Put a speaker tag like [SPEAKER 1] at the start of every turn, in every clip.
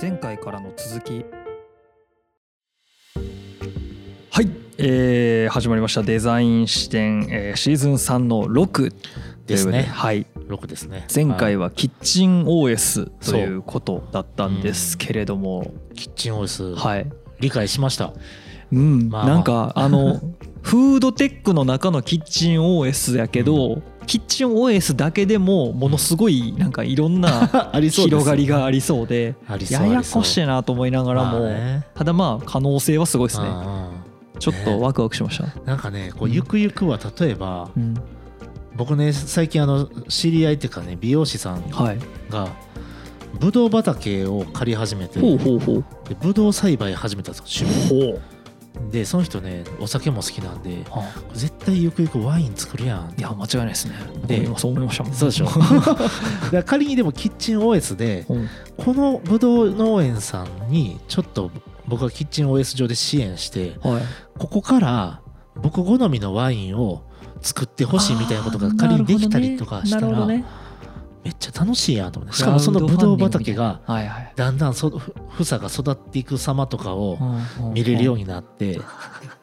[SPEAKER 1] 前回からの続き
[SPEAKER 2] はい、えー始まりましたデザイン視点、えーシーズン3の6ということ
[SPEAKER 3] ですね
[SPEAKER 2] はい、
[SPEAKER 3] 6ですね
[SPEAKER 2] 前
[SPEAKER 3] は
[SPEAKER 2] 回
[SPEAKER 3] い
[SPEAKER 2] はキッチン OS ということだったんですけれども、
[SPEAKER 3] キッチン OS、
[SPEAKER 2] はい、
[SPEAKER 3] 理解しました
[SPEAKER 2] うん、
[SPEAKER 3] まあ
[SPEAKER 2] なんかあ のフードテックの中のキッチン OS やけど、キッチン OS だけでもものすごいなんかいろんな
[SPEAKER 3] あり
[SPEAKER 2] 広がり
[SPEAKER 3] が
[SPEAKER 2] がありそうで
[SPEAKER 3] ありそう
[SPEAKER 2] ややこしいなと思いながら
[SPEAKER 3] まあ
[SPEAKER 2] も
[SPEAKER 3] ね
[SPEAKER 2] ただまあ可能性はすごいです
[SPEAKER 3] う
[SPEAKER 2] ね
[SPEAKER 3] んうん
[SPEAKER 2] ちょっとワクワクしました、
[SPEAKER 3] なんかねこう
[SPEAKER 2] うん
[SPEAKER 3] ゆくゆくは例えば、
[SPEAKER 2] うん、
[SPEAKER 3] 僕ね最近あの知り合いっていうかね美容師さん
[SPEAKER 2] はい
[SPEAKER 3] がブドウ畑を借り始めて
[SPEAKER 2] ほうほうほう
[SPEAKER 3] でブドウ栽培始めたんですよ趣
[SPEAKER 2] ほう
[SPEAKER 3] 味でその人ねお酒も好きなんで絶対ゆくゆくワイン作るやん
[SPEAKER 2] いや間違いないですね
[SPEAKER 3] で
[SPEAKER 2] で今そう思いましたもん
[SPEAKER 3] そうでしょ だから仮にでもキッチン OS で
[SPEAKER 2] うん
[SPEAKER 3] このぶどう農園さんにちょっと僕はキッチン OS 上で支援して
[SPEAKER 2] はい
[SPEAKER 3] ここから僕好みのワインを作ってほしいみたいなことが仮にできたりとかした
[SPEAKER 2] なるほ
[SPEAKER 3] ら
[SPEAKER 2] ど
[SPEAKER 3] め
[SPEAKER 2] ね
[SPEAKER 3] っちゃ楽しいやと思ってしかもそのぶどう畑が
[SPEAKER 2] はいはい
[SPEAKER 3] だんだんそふ房が育っていく様とかを見れるようになって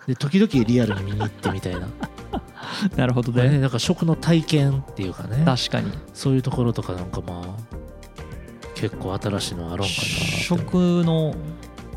[SPEAKER 3] で時々リアルに見に行ってみたいな
[SPEAKER 2] うんなるほど
[SPEAKER 3] これね
[SPEAKER 2] ね
[SPEAKER 3] なんか食の体験っていうかね
[SPEAKER 2] 確かに
[SPEAKER 3] そういうところとかなんかまあ結構新しいのあろうかなって
[SPEAKER 2] 食の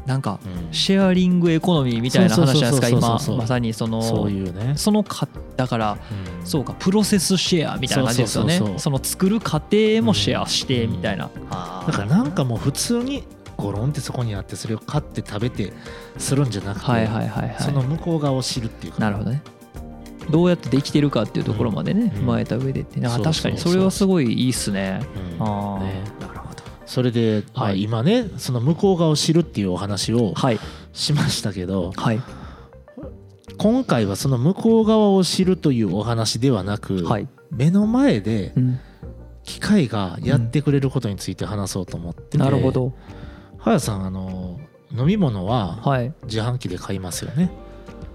[SPEAKER 2] なんか
[SPEAKER 3] うん
[SPEAKER 2] シェアリングエコノミーみたいな話じゃないですか
[SPEAKER 3] そうそうそうそう
[SPEAKER 2] 今
[SPEAKER 3] そう
[SPEAKER 2] まさにその
[SPEAKER 3] そういうね
[SPEAKER 2] そのかだから
[SPEAKER 3] うん
[SPEAKER 2] そうかプロセスシェアみたいな感じですよね
[SPEAKER 3] そうそうそうそう
[SPEAKER 2] その作る過程もシェアしてみたいなあー
[SPEAKER 3] だからなんかもう普通にゴロンってそこにあってそれを買って食べてするんじゃなくて、
[SPEAKER 2] はいはいはい
[SPEAKER 3] その
[SPEAKER 2] は
[SPEAKER 3] 向こう側を知るっていうか
[SPEAKER 2] いなるほどねどうやってできてるかっていうところまでね
[SPEAKER 3] うん
[SPEAKER 2] 踏まえた上でってねあ
[SPEAKER 3] そうそうそう
[SPEAKER 2] 確かにそれはすごいいいっすね
[SPEAKER 3] うん
[SPEAKER 2] ああ
[SPEAKER 3] ね
[SPEAKER 2] なるほど
[SPEAKER 3] それで、まあ
[SPEAKER 2] はい
[SPEAKER 3] 今ねその向こう側を知るっていうお話を
[SPEAKER 2] はい
[SPEAKER 3] しましたけど
[SPEAKER 2] はい
[SPEAKER 3] 今回はその向こう側を知るというお話ではなく、
[SPEAKER 2] はい
[SPEAKER 3] 目の前で
[SPEAKER 2] うん
[SPEAKER 3] 機械がやってくれることについて話そうと思ってて、
[SPEAKER 2] なるほど
[SPEAKER 3] はやさんあの飲み物は
[SPEAKER 2] はい
[SPEAKER 3] 自販機で買いますよね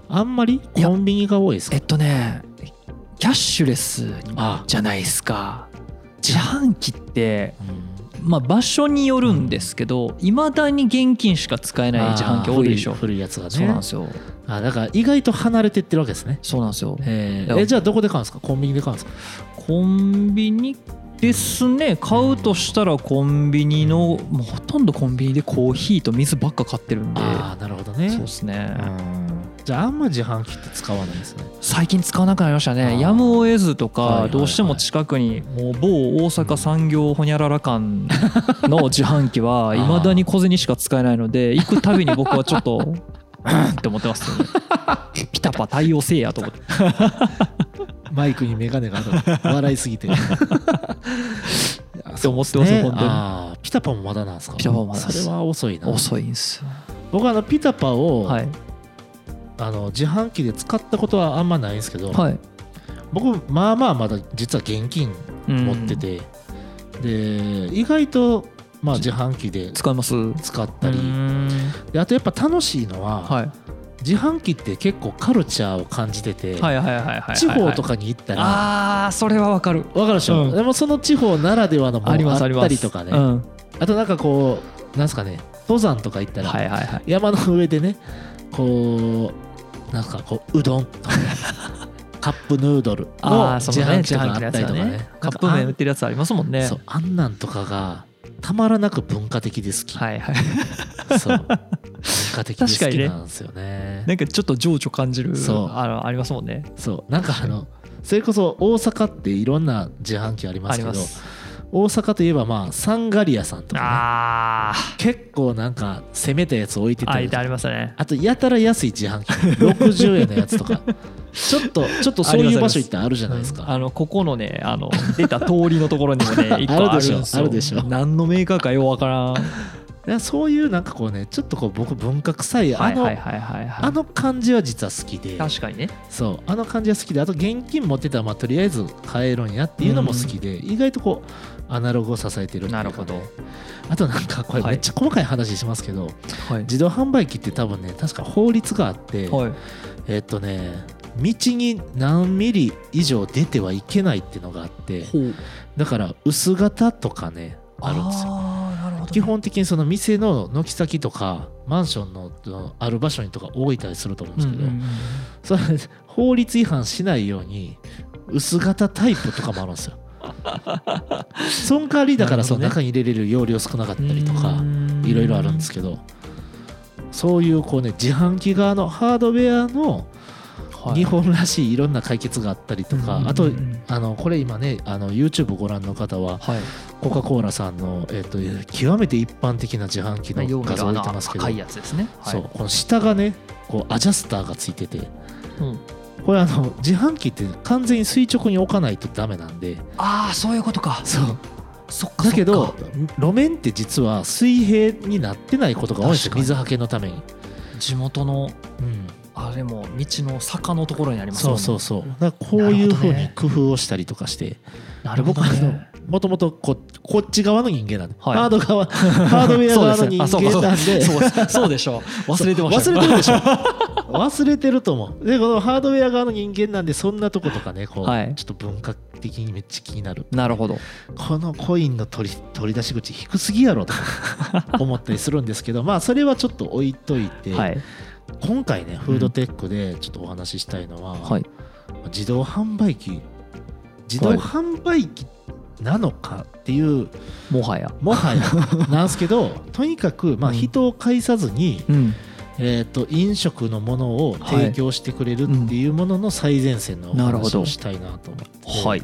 [SPEAKER 3] あんまりコンビニが多いですか
[SPEAKER 2] えっとねキャッシュレス
[SPEAKER 3] あ
[SPEAKER 2] じゃないですか自販機って
[SPEAKER 3] うん
[SPEAKER 2] まあ場所によるんですけどいまだに現金しか使えない自販機多いでし
[SPEAKER 3] あ
[SPEAKER 2] ょ
[SPEAKER 3] ー古い古いやつがね
[SPEAKER 2] そうなんですよ
[SPEAKER 3] あだから意外と離れてってるわけですね
[SPEAKER 2] そうなんですよ
[SPEAKER 3] え
[SPEAKER 2] いや
[SPEAKER 3] えじゃあどこで買うんですかコンビニで買うんですか
[SPEAKER 2] コンビニですね買うとしたらコンビニのもうほとんどコンビニでコーヒーと水ばっか買ってるんで
[SPEAKER 3] ああなるほどね
[SPEAKER 2] そうですね、
[SPEAKER 3] うんじゃああんま自販機って使わないですね
[SPEAKER 2] 最近使わなくなりました
[SPEAKER 3] あ
[SPEAKER 2] ね
[SPEAKER 3] ー
[SPEAKER 2] やむを得ずと
[SPEAKER 3] はいはい
[SPEAKER 2] か
[SPEAKER 3] はい
[SPEAKER 2] どうしても近くにもう某大阪産業ほにゃらら館の自販機は
[SPEAKER 3] あ
[SPEAKER 2] い
[SPEAKER 3] ー
[SPEAKER 2] まだに小銭しか使えないので行くたびに僕はちょっとうんって思ってますよ ねピタパ対応せえやと思って
[SPEAKER 3] マイクにメガネがあ る笑いすぎて
[SPEAKER 2] って思ってますよ本当に
[SPEAKER 3] あーピタパもまだなんですか
[SPEAKER 2] ピタパもまだです
[SPEAKER 3] それは遅いな
[SPEAKER 2] 遅いんですよ
[SPEAKER 3] 僕はあのピタパを、
[SPEAKER 2] はい
[SPEAKER 3] あの自販機で使ったことはあんまないんですけど、
[SPEAKER 2] はい
[SPEAKER 3] 僕まあまあまだ実は現金
[SPEAKER 2] うん
[SPEAKER 3] 持ってて、で意外とまあ自販機で
[SPEAKER 2] 使います
[SPEAKER 3] 使った
[SPEAKER 2] う
[SPEAKER 3] り
[SPEAKER 2] ん
[SPEAKER 3] であとやっぱ楽しいのは、
[SPEAKER 2] はい
[SPEAKER 3] 自販機って結構カルチャーを感じてて、
[SPEAKER 2] はいはいはいはいはい
[SPEAKER 3] 地方とかに行ったら、
[SPEAKER 2] ああそれはわかる
[SPEAKER 3] わかるでしょ、
[SPEAKER 2] うん
[SPEAKER 3] でもその地方ならではのもの
[SPEAKER 2] あります
[SPEAKER 3] あ
[SPEAKER 2] あ
[SPEAKER 3] っ
[SPEAKER 2] ります
[SPEAKER 3] たりとかね
[SPEAKER 2] う
[SPEAKER 3] あ,、
[SPEAKER 2] ん
[SPEAKER 3] となんかこうなんすかね登山とか行ったら、
[SPEAKER 2] はいはいはい
[SPEAKER 3] 山の上でねこうなんかこううど んとかカップヌードルの
[SPEAKER 2] ー
[SPEAKER 3] 自販機とかあったりとかね
[SPEAKER 2] カップ麺
[SPEAKER 3] な
[SPEAKER 2] 売
[SPEAKER 3] ん
[SPEAKER 2] っ
[SPEAKER 3] か
[SPEAKER 2] てるやつありますもん
[SPEAKER 3] あん
[SPEAKER 2] ね
[SPEAKER 3] そうあんなんとかがたまらなく文化的で好き、
[SPEAKER 2] はいはい
[SPEAKER 3] そう文化的で好きなんですよね
[SPEAKER 2] なんかちょっと情緒感じる
[SPEAKER 3] そう
[SPEAKER 2] あのありますもんね
[SPEAKER 3] そうなんかあのそれこそ大阪っていろんな自販機ありま
[SPEAKER 2] あ
[SPEAKER 3] す
[SPEAKER 2] り
[SPEAKER 3] けど
[SPEAKER 2] ます
[SPEAKER 3] 大阪といえばまあサンガリアさんとか、ね、
[SPEAKER 2] あ
[SPEAKER 3] 結構なんか攻めたやつ置いて
[SPEAKER 2] あ
[SPEAKER 3] た
[SPEAKER 2] あい
[SPEAKER 3] り
[SPEAKER 2] てありましたね
[SPEAKER 3] あとやたら安い自販機60円のやつ とかちょっとちょっとそういう場所行ってあるじゃないです
[SPEAKER 2] う
[SPEAKER 3] か
[SPEAKER 2] んあのここのねあの出た通りのところにも ね一個ある
[SPEAKER 3] あ
[SPEAKER 2] んで
[SPEAKER 3] るでしょ
[SPEAKER 2] すよ
[SPEAKER 3] あるでしょ
[SPEAKER 2] 何のメーカーかようわからん
[SPEAKER 3] いやそういうなんかこうねちょっとこう僕文化臭い
[SPEAKER 2] は
[SPEAKER 3] あ
[SPEAKER 2] い
[SPEAKER 3] の、
[SPEAKER 2] はいはいはい
[SPEAKER 3] あ
[SPEAKER 2] は
[SPEAKER 3] の感じは実は好きで
[SPEAKER 2] い確かにね
[SPEAKER 3] そうあの感じは好きであと現金持ってたらまあとりあえず買えるんやっていうのも好きで、意外とこうアナログを支えてるっていうかね
[SPEAKER 2] なるほど
[SPEAKER 3] あとなんかこれ
[SPEAKER 2] はい
[SPEAKER 3] めっちゃ細かい話しますけど、
[SPEAKER 2] はい
[SPEAKER 3] 自動販売機って多分ね確か法律があって、
[SPEAKER 2] はい
[SPEAKER 3] えっとね道に何ミリ以上出てはいけないっていうのがあって
[SPEAKER 2] ほう
[SPEAKER 3] だから薄型とかねあるんですよ
[SPEAKER 2] あーなるほど
[SPEAKER 3] 基
[SPEAKER 2] ね、
[SPEAKER 3] 本的にその店の軒先とかマンションののある場所にとか置いたりすると思うんですけど、
[SPEAKER 2] うんうんうん
[SPEAKER 3] それ法律違反しないように薄型タイプとかもあるんで すよ。その代わりだからその
[SPEAKER 2] なるほ
[SPEAKER 3] 中に入れれる容量少なかったりとか、いろいろあるんですけどそういうこうね自販機側のハードウェアの
[SPEAKER 2] はい
[SPEAKER 3] 日本らしいいろんな解決があったりとか、
[SPEAKER 2] うんうんうん
[SPEAKER 3] あとあのこれ今ねあの YouTube ご覧の方は
[SPEAKER 2] はい
[SPEAKER 3] コカ・コーラさんの、えっと極めて一般的な自販機の
[SPEAKER 2] 容
[SPEAKER 3] 画
[SPEAKER 2] 器があ
[SPEAKER 3] 像を出
[SPEAKER 2] の
[SPEAKER 3] てますけど、
[SPEAKER 2] 赤いやつですね、はい、
[SPEAKER 3] そうこの下がねこうアジャスターがついてて
[SPEAKER 2] うん
[SPEAKER 3] これあの自販機って完全に垂直に置かないとダメなんで
[SPEAKER 2] ああそういうことか
[SPEAKER 3] そう
[SPEAKER 2] そっか
[SPEAKER 3] だけ
[SPEAKER 2] そ
[SPEAKER 3] ど
[SPEAKER 2] っか
[SPEAKER 3] 路面って実は水平になってないことが多いんですよ
[SPEAKER 2] 確かに
[SPEAKER 3] 水はけのために、
[SPEAKER 2] 地元の
[SPEAKER 3] うん、
[SPEAKER 2] あれも道の坂のところにありますも
[SPEAKER 3] そ
[SPEAKER 2] ん
[SPEAKER 3] う
[SPEAKER 2] ね
[SPEAKER 3] そうそうだからこういうふうに工夫をしたりとかして、
[SPEAKER 2] な
[SPEAKER 3] で
[SPEAKER 2] るほ
[SPEAKER 3] 僕
[SPEAKER 2] ど
[SPEAKER 3] は
[SPEAKER 2] ね
[SPEAKER 3] もともとここっち側の人間なんで、
[SPEAKER 2] はい
[SPEAKER 3] ハード側 ハードウェア側の人間なんで
[SPEAKER 2] そうですねあそうかそうかそうですそう でしょう忘れてました
[SPEAKER 3] 忘れてるでしょ忘れてると思うでこのハードウェア側の人間なんでそんなとことかねこう、
[SPEAKER 2] はい
[SPEAKER 3] ちょっと文化的にめっちゃ気になる
[SPEAKER 2] なるほど
[SPEAKER 3] このコインの取り取り出し口低すぎや ろとか思ったりするんですけどまあそれはちょっと置いといて、
[SPEAKER 2] はい
[SPEAKER 3] 今回ねフードテックでちょっとお話ししたいのは、
[SPEAKER 2] はい
[SPEAKER 3] 自動販売機自動販売機なのかっていう
[SPEAKER 2] もはや
[SPEAKER 3] もはやなんです けどとにかくまあ
[SPEAKER 2] うん
[SPEAKER 3] 人を介さずに、
[SPEAKER 2] うん
[SPEAKER 3] えー、と飲食のものを提供してくれるっていうものの最前線のお
[SPEAKER 2] なるほ
[SPEAKER 3] 話
[SPEAKER 2] ど
[SPEAKER 3] をしたいなと思って、
[SPEAKER 2] はい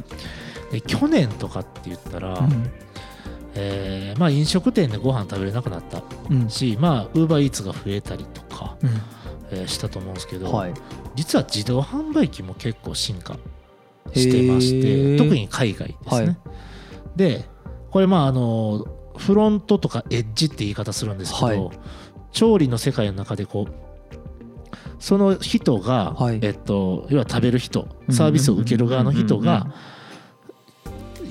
[SPEAKER 3] で去年とかって言ったら、えーまあ、飲食店でご飯食べれなくなった
[SPEAKER 2] うんうん
[SPEAKER 3] しまあウーバーイーツが増えたりとか、えーしたと思うんですけど、
[SPEAKER 2] はい
[SPEAKER 3] 実は自動販売機も結構進化してまし
[SPEAKER 2] へ
[SPEAKER 3] て
[SPEAKER 2] ー
[SPEAKER 3] 特に海外ですね。
[SPEAKER 2] はい
[SPEAKER 3] でこれまああのフロントとかエッジって言い方するんですけど、
[SPEAKER 2] はい
[SPEAKER 3] 調理の世界の中でこうその人が、
[SPEAKER 2] はい
[SPEAKER 3] えっと、要は食べる人サービスを受ける側の人が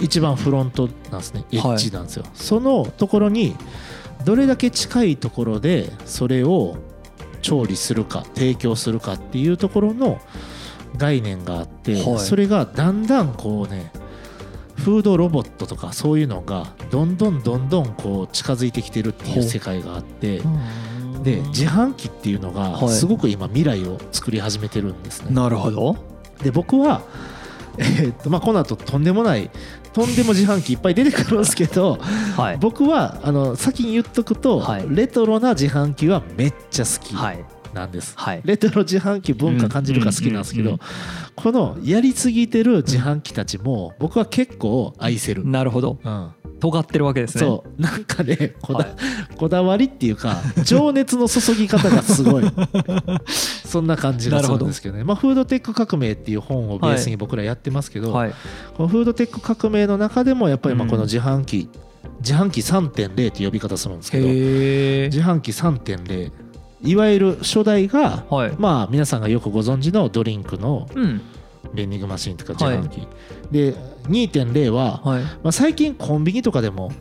[SPEAKER 3] 一番フロントなんですねエッジなんですよ。そのところにどれだけ近いところでそれを調理するか提供するかっていうところの概念があって、
[SPEAKER 2] はい
[SPEAKER 3] それがだんだんこうねフードロボットとかそういうのがどんどんどんどんこう近づいてきてるってい
[SPEAKER 2] ほ
[SPEAKER 3] う
[SPEAKER 2] う
[SPEAKER 3] 世界があって
[SPEAKER 2] うん
[SPEAKER 3] で自販機っていうの
[SPEAKER 2] は
[SPEAKER 3] が
[SPEAKER 2] い
[SPEAKER 3] すごく今未来を作り始めてるんですね。
[SPEAKER 2] なるほど
[SPEAKER 3] で僕は えーっとまあ、この後とんでもないとんでも自販機いっぱい出てくるんですけ ど
[SPEAKER 2] はい
[SPEAKER 3] 僕はあの先に言っとくと、
[SPEAKER 2] はい
[SPEAKER 3] レトロな自販機はめっちゃ好き
[SPEAKER 2] はい
[SPEAKER 3] なんです、
[SPEAKER 2] はい
[SPEAKER 3] レトロ自販機文化感じるから好きなんですけ
[SPEAKER 2] う
[SPEAKER 3] ど
[SPEAKER 2] ん
[SPEAKER 3] このやりすぎてる自販機たちも僕は結構愛せる、
[SPEAKER 2] なるほど
[SPEAKER 3] うん
[SPEAKER 2] 尖ってるわけですね
[SPEAKER 3] そうなんかねこだ,、
[SPEAKER 2] はい
[SPEAKER 3] こだわりっていうか情熱の注ぎ方がす ごいそんな感じがするんですけどねまあ、フードテック革命っていう本をベースに僕らやってますけど、
[SPEAKER 2] はい
[SPEAKER 3] このフードテック革命の中でもやっぱりまあ
[SPEAKER 2] うん
[SPEAKER 3] この自販機、自販機3.0って呼び方するんですけど
[SPEAKER 2] へえ
[SPEAKER 3] 自販機3.0いわゆる初代が
[SPEAKER 2] はい
[SPEAKER 3] まあ皆さんがよくご存知のドリンクの
[SPEAKER 2] うん
[SPEAKER 3] ベンディングマシンとか自
[SPEAKER 2] はい
[SPEAKER 3] 販機、で2.0は、
[SPEAKER 2] はい
[SPEAKER 3] まあ、最近コンビニとかでも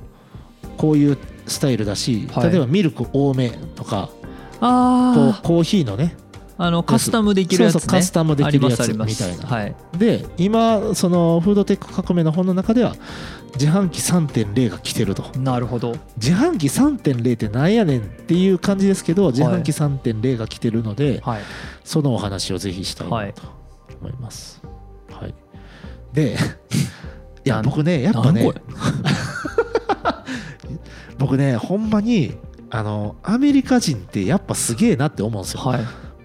[SPEAKER 3] こういうスタイルだし、
[SPEAKER 2] はい
[SPEAKER 3] 例えばミルク多めとかこう
[SPEAKER 2] ああ
[SPEAKER 3] コーヒーのね
[SPEAKER 2] あのカスタムできるやつね
[SPEAKER 3] そうそうカスタムで
[SPEAKER 2] あ
[SPEAKER 3] き
[SPEAKER 2] り
[SPEAKER 3] る
[SPEAKER 2] ま
[SPEAKER 3] や
[SPEAKER 2] すあ
[SPEAKER 3] つ
[SPEAKER 2] りま
[SPEAKER 3] み
[SPEAKER 2] す
[SPEAKER 3] たいな、
[SPEAKER 2] はい
[SPEAKER 3] で今そのフードテック革命の本の中では自販機3.0が来てると
[SPEAKER 2] なるほど
[SPEAKER 3] 自販機3.0ってなんやねんっていう感じですけど自販機3.0が来てるので、
[SPEAKER 2] はい
[SPEAKER 3] そのお話をぜひしたいなと思います。はい、 でいや
[SPEAKER 2] なん
[SPEAKER 3] 僕ねやっぱ
[SPEAKER 2] なん
[SPEAKER 3] ね
[SPEAKER 2] これ
[SPEAKER 3] 僕ねほんまにあのアメリカ人ってやっぱすげえなって思うんですよ。
[SPEAKER 2] はい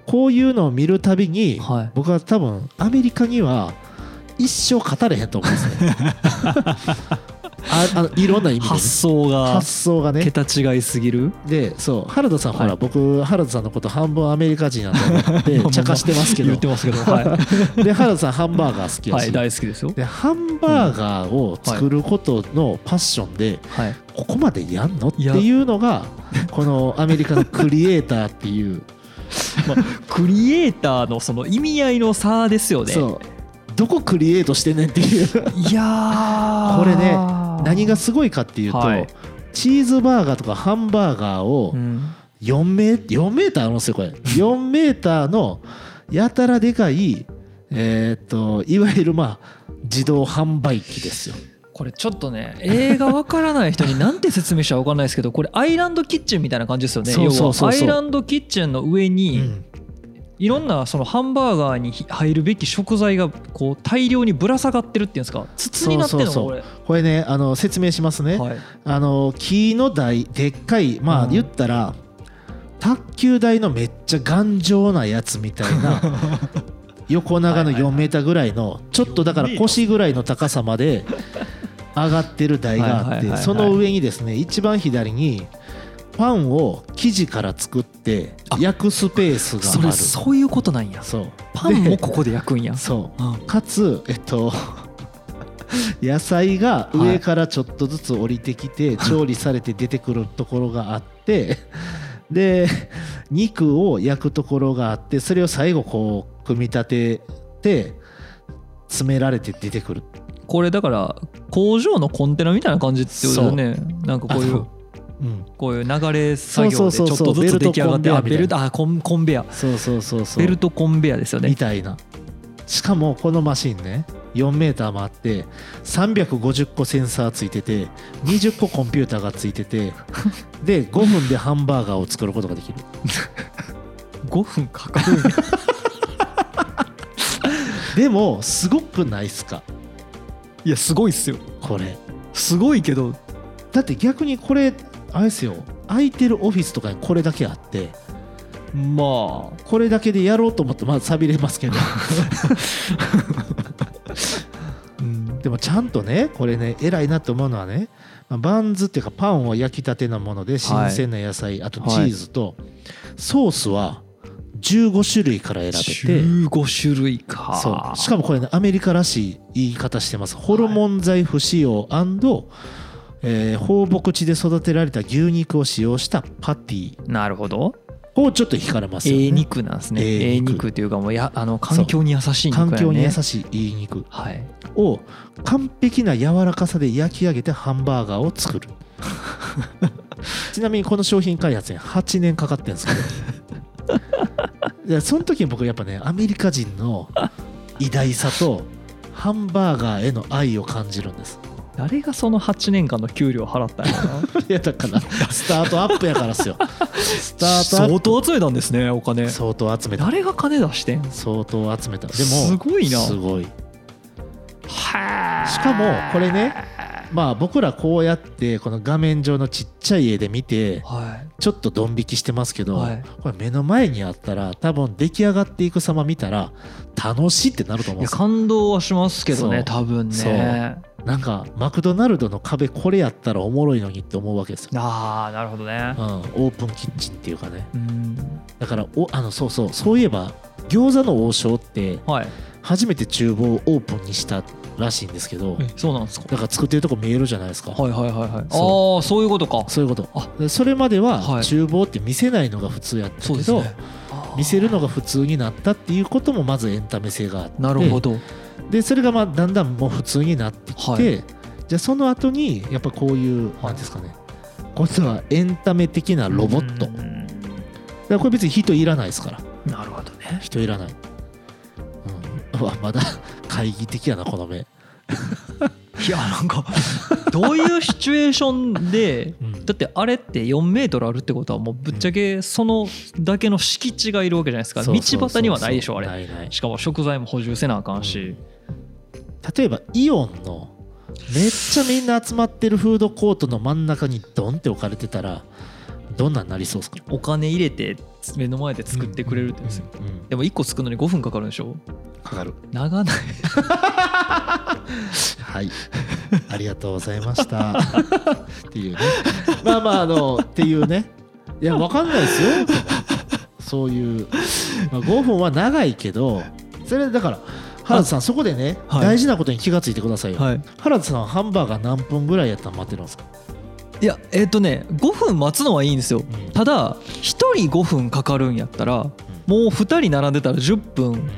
[SPEAKER 3] こういうのを見るたびに、
[SPEAKER 2] はい
[SPEAKER 3] 僕は多分アメリカには一生語れへんと思うんで すね。ああのいろんな意味でね、
[SPEAKER 2] 発想が
[SPEAKER 3] 発想がね
[SPEAKER 2] 桁違いすぎる
[SPEAKER 3] でそう原田さん、
[SPEAKER 2] はい
[SPEAKER 3] ほら僕原田さんのこと半分アメリカ人なんだ 思っ
[SPEAKER 2] まあまあま
[SPEAKER 3] て
[SPEAKER 2] あ
[SPEAKER 3] 茶化してますけ
[SPEAKER 2] 言
[SPEAKER 3] ど
[SPEAKER 2] ってますけど はい
[SPEAKER 3] で原田さんハンバーガー好きや
[SPEAKER 2] は
[SPEAKER 3] し、
[SPEAKER 2] い大好きですよ
[SPEAKER 3] でハンバーガーを作ることのパッションで、
[SPEAKER 2] はい
[SPEAKER 3] ここまでやんのって
[SPEAKER 2] いや
[SPEAKER 3] いう のがこのアメリカのクリエイターっていう
[SPEAKER 2] クリエイターのその意味合いの差ですよね
[SPEAKER 3] そうどこクリエイトしてんねんっていう
[SPEAKER 2] いやー
[SPEAKER 3] これね何がすごいかっていうと、
[SPEAKER 2] はい
[SPEAKER 3] チーズバーガーとかハンバーガーを
[SPEAKER 2] うん
[SPEAKER 3] 4メ4メーターあるんですよこれ4メーターのやたらでかいえーっといわゆるまあ自動販売機ですよ
[SPEAKER 2] これちょっとね映画わからない人になんて説明したらわかんないですけどこれアイランドキッチンみたいな感じですよね
[SPEAKER 3] そうそうそうそう
[SPEAKER 2] 要はアイランドキッチンの上に、
[SPEAKER 3] うん
[SPEAKER 2] いろんなそのハンバーガーに入るべき食材がこう大量にぶら下がってるっていうんですか筒になってるの
[SPEAKER 3] そう
[SPEAKER 2] こ
[SPEAKER 3] そ
[SPEAKER 2] れ
[SPEAKER 3] これねあの説明しますね、
[SPEAKER 2] はい
[SPEAKER 3] あの木の台でっかいまあ
[SPEAKER 2] うん
[SPEAKER 3] 言ったら、卓球台のめっちゃ頑丈なやつみたい な横長
[SPEAKER 2] は
[SPEAKER 3] の
[SPEAKER 2] いはいは
[SPEAKER 3] 4
[SPEAKER 2] い
[SPEAKER 3] メーターぐらいのちょっとだから腰ぐらいの高さまで上がってる台が
[SPEAKER 2] はい
[SPEAKER 3] あっ
[SPEAKER 2] はいはい
[SPEAKER 3] て
[SPEAKER 2] はい
[SPEAKER 3] その上にですね一番左にパンを生地から作って
[SPEAKER 2] あ
[SPEAKER 3] 焼くスペース
[SPEAKER 2] そ
[SPEAKER 3] があ
[SPEAKER 2] れ
[SPEAKER 3] る
[SPEAKER 2] そういうことなんや
[SPEAKER 3] そう
[SPEAKER 2] パンも
[SPEAKER 3] で
[SPEAKER 2] ここで焼くんや
[SPEAKER 3] そう
[SPEAKER 2] うん
[SPEAKER 3] かつえっと 野菜が上からちょっとずつ降りてきて、調理されて出てくるところがあって で肉を焼くところがあってそれを最後こう組み立てて詰められて出てくる
[SPEAKER 2] これだから工場のコンテナみたいな感じってことだよねなんかこうい
[SPEAKER 3] あ
[SPEAKER 2] う
[SPEAKER 3] のうん
[SPEAKER 2] こういう流れ作業でち
[SPEAKER 3] そ
[SPEAKER 2] ょ
[SPEAKER 3] うそうそう
[SPEAKER 2] っ
[SPEAKER 3] そう
[SPEAKER 2] とずつ出来上がってあ
[SPEAKER 3] ベ
[SPEAKER 2] ベ
[SPEAKER 3] ル
[SPEAKER 2] ル
[SPEAKER 3] ト
[SPEAKER 2] トあコンコンベア
[SPEAKER 3] そうそうそうそう
[SPEAKER 2] ベルトコンベアですよね
[SPEAKER 3] みたいなしかもこのマシンね4メーターもあって350個センサーついてて20個コンピューターがついててで5分でハンバーガーを作ることができる
[SPEAKER 2] 5分か かるんや
[SPEAKER 3] でもすごくないっすか
[SPEAKER 2] いやすごいっすよ
[SPEAKER 3] これ
[SPEAKER 2] すごいけど
[SPEAKER 3] だって逆にこれあれですよ空いてるオフィスとかにこれだけあって
[SPEAKER 2] まあ
[SPEAKER 3] これだけでやろうと思ってまあさびれますけど
[SPEAKER 2] うん
[SPEAKER 3] でもちゃんとねこれね偉いなと思うのはねまあバンズっていうかパンを焼きたてのもので新鮮な野菜、あとチーズと、ソースは15種類から選べて
[SPEAKER 2] 15種類か
[SPEAKER 3] そうしかもこれねアメリカらしい言い方してますホルモン剤不使用、えー放牧地で育てられた牛肉を使用したパティ
[SPEAKER 2] なるほど
[SPEAKER 3] をちょっと惹かれますよ
[SPEAKER 2] ええ
[SPEAKER 3] ね
[SPEAKER 2] 肉なんですね
[SPEAKER 3] え
[SPEAKER 2] え
[SPEAKER 3] え
[SPEAKER 2] え
[SPEAKER 3] 肉
[SPEAKER 2] 肉っていうかもうやあの環境に優しい肉やね
[SPEAKER 3] 環境に優しいいい肉
[SPEAKER 2] はい
[SPEAKER 3] を完璧な柔らかさで焼き上げてハンバーガーを作る ちなみにこの商品開発に8年かかってるんですけ どいやその時に僕やっぱねアメリカ人の偉大さとハンバーガーへの愛を感じるんです
[SPEAKER 2] 誰がその8年間の給料払ったんやろな
[SPEAKER 3] い やだからスタートアップやからっすよスタートアッ
[SPEAKER 2] 相当集めたんですねお金
[SPEAKER 3] プ相当集めた
[SPEAKER 2] 誰が金出してん
[SPEAKER 3] 相当集めたでも
[SPEAKER 2] すごいな
[SPEAKER 3] すごい
[SPEAKER 2] は
[SPEAKER 3] しかもこれねまあ僕らこうやってこの画面上のちっちゃい絵で見て
[SPEAKER 2] は
[SPEAKER 3] ちょっとドン引きしてますけ
[SPEAKER 2] い
[SPEAKER 3] ど、
[SPEAKER 2] はい
[SPEAKER 3] これ目の前にあったら多分出来上がっていく様見たら楽しいってなると思うん
[SPEAKER 2] いや
[SPEAKER 3] ですよ
[SPEAKER 2] 感動はしますけど
[SPEAKER 3] そう
[SPEAKER 2] ね多分
[SPEAKER 3] そう
[SPEAKER 2] ね
[SPEAKER 3] なんかマクドナルドの壁これやったらおもろいのにって思うわけですよ、
[SPEAKER 2] ああなるほどね
[SPEAKER 3] うん、オープンキッチンっていうかね
[SPEAKER 2] うん
[SPEAKER 3] だからおあのそうそうそういえば餃子の王将って
[SPEAKER 2] はい
[SPEAKER 3] 初めて厨房をオープンにしたらしいんですけど
[SPEAKER 2] そうなんですか
[SPEAKER 3] だから作ってるとこ見えるじゃないですか、
[SPEAKER 2] はいはいはいはいああ
[SPEAKER 3] そ
[SPEAKER 2] ーそういうことか
[SPEAKER 3] そういうこと
[SPEAKER 2] あ
[SPEAKER 3] でそれまで
[SPEAKER 2] は
[SPEAKER 3] はい厨房って見せないのが普通やったけ
[SPEAKER 2] そうです
[SPEAKER 3] ど、
[SPEAKER 2] ねあー
[SPEAKER 3] 見せるのが普通になったっていうこともまずエンタメ性があって
[SPEAKER 2] なるほど
[SPEAKER 3] でそれがまあだんだんもう普通になってきて、
[SPEAKER 2] はい
[SPEAKER 3] じゃあその後にやっぱこういう何ですかね今度はエンタメ的なロボット、
[SPEAKER 2] う
[SPEAKER 3] だか
[SPEAKER 2] ん
[SPEAKER 3] らこれ別に人いらないですから
[SPEAKER 2] なるほどね
[SPEAKER 3] 人いらない、うん、うわまだ 懐疑的やなこの目、
[SPEAKER 2] いやなんか どういうシチュエーションで
[SPEAKER 3] うん
[SPEAKER 2] だってあれって4メートルあるってことはもうぶっちゃけそのだけの敷地がいるわけじゃないですか
[SPEAKER 3] そ
[SPEAKER 2] 道
[SPEAKER 3] うそうそうそ
[SPEAKER 2] 端
[SPEAKER 3] う
[SPEAKER 2] にはないでしょあれ
[SPEAKER 3] ないない
[SPEAKER 2] しかも食材も補充せなあかんし、
[SPEAKER 3] 例えばイオンのめっちゃみんな集まってるフードコートの真ん中にドンって置かれてたらどんなんなりそうですか
[SPEAKER 2] お金入れて目の前で作ってくれるってですよ、
[SPEAKER 3] うんうん
[SPEAKER 2] でも1個作るのに5分かかるんでしょ
[SPEAKER 3] かかる
[SPEAKER 2] 長ない
[SPEAKER 3] はい、ありがとうございました。っていうね。まあまあ、あの、っていうね。いや、わかんないですよ。そういう。まあ、5分は長いけど、それだから、原田さん、そこでね、
[SPEAKER 2] はい
[SPEAKER 3] 大事なことに気がついてくださいよ。
[SPEAKER 2] はい
[SPEAKER 3] 原田さん、ハンバーガー何分ぐらいやったら待ってるんですか、
[SPEAKER 2] いやえっ、とね5分待つのはいいんですよ
[SPEAKER 3] うん
[SPEAKER 2] ただ1人5分かかるんやったらもう2人並んでたら10分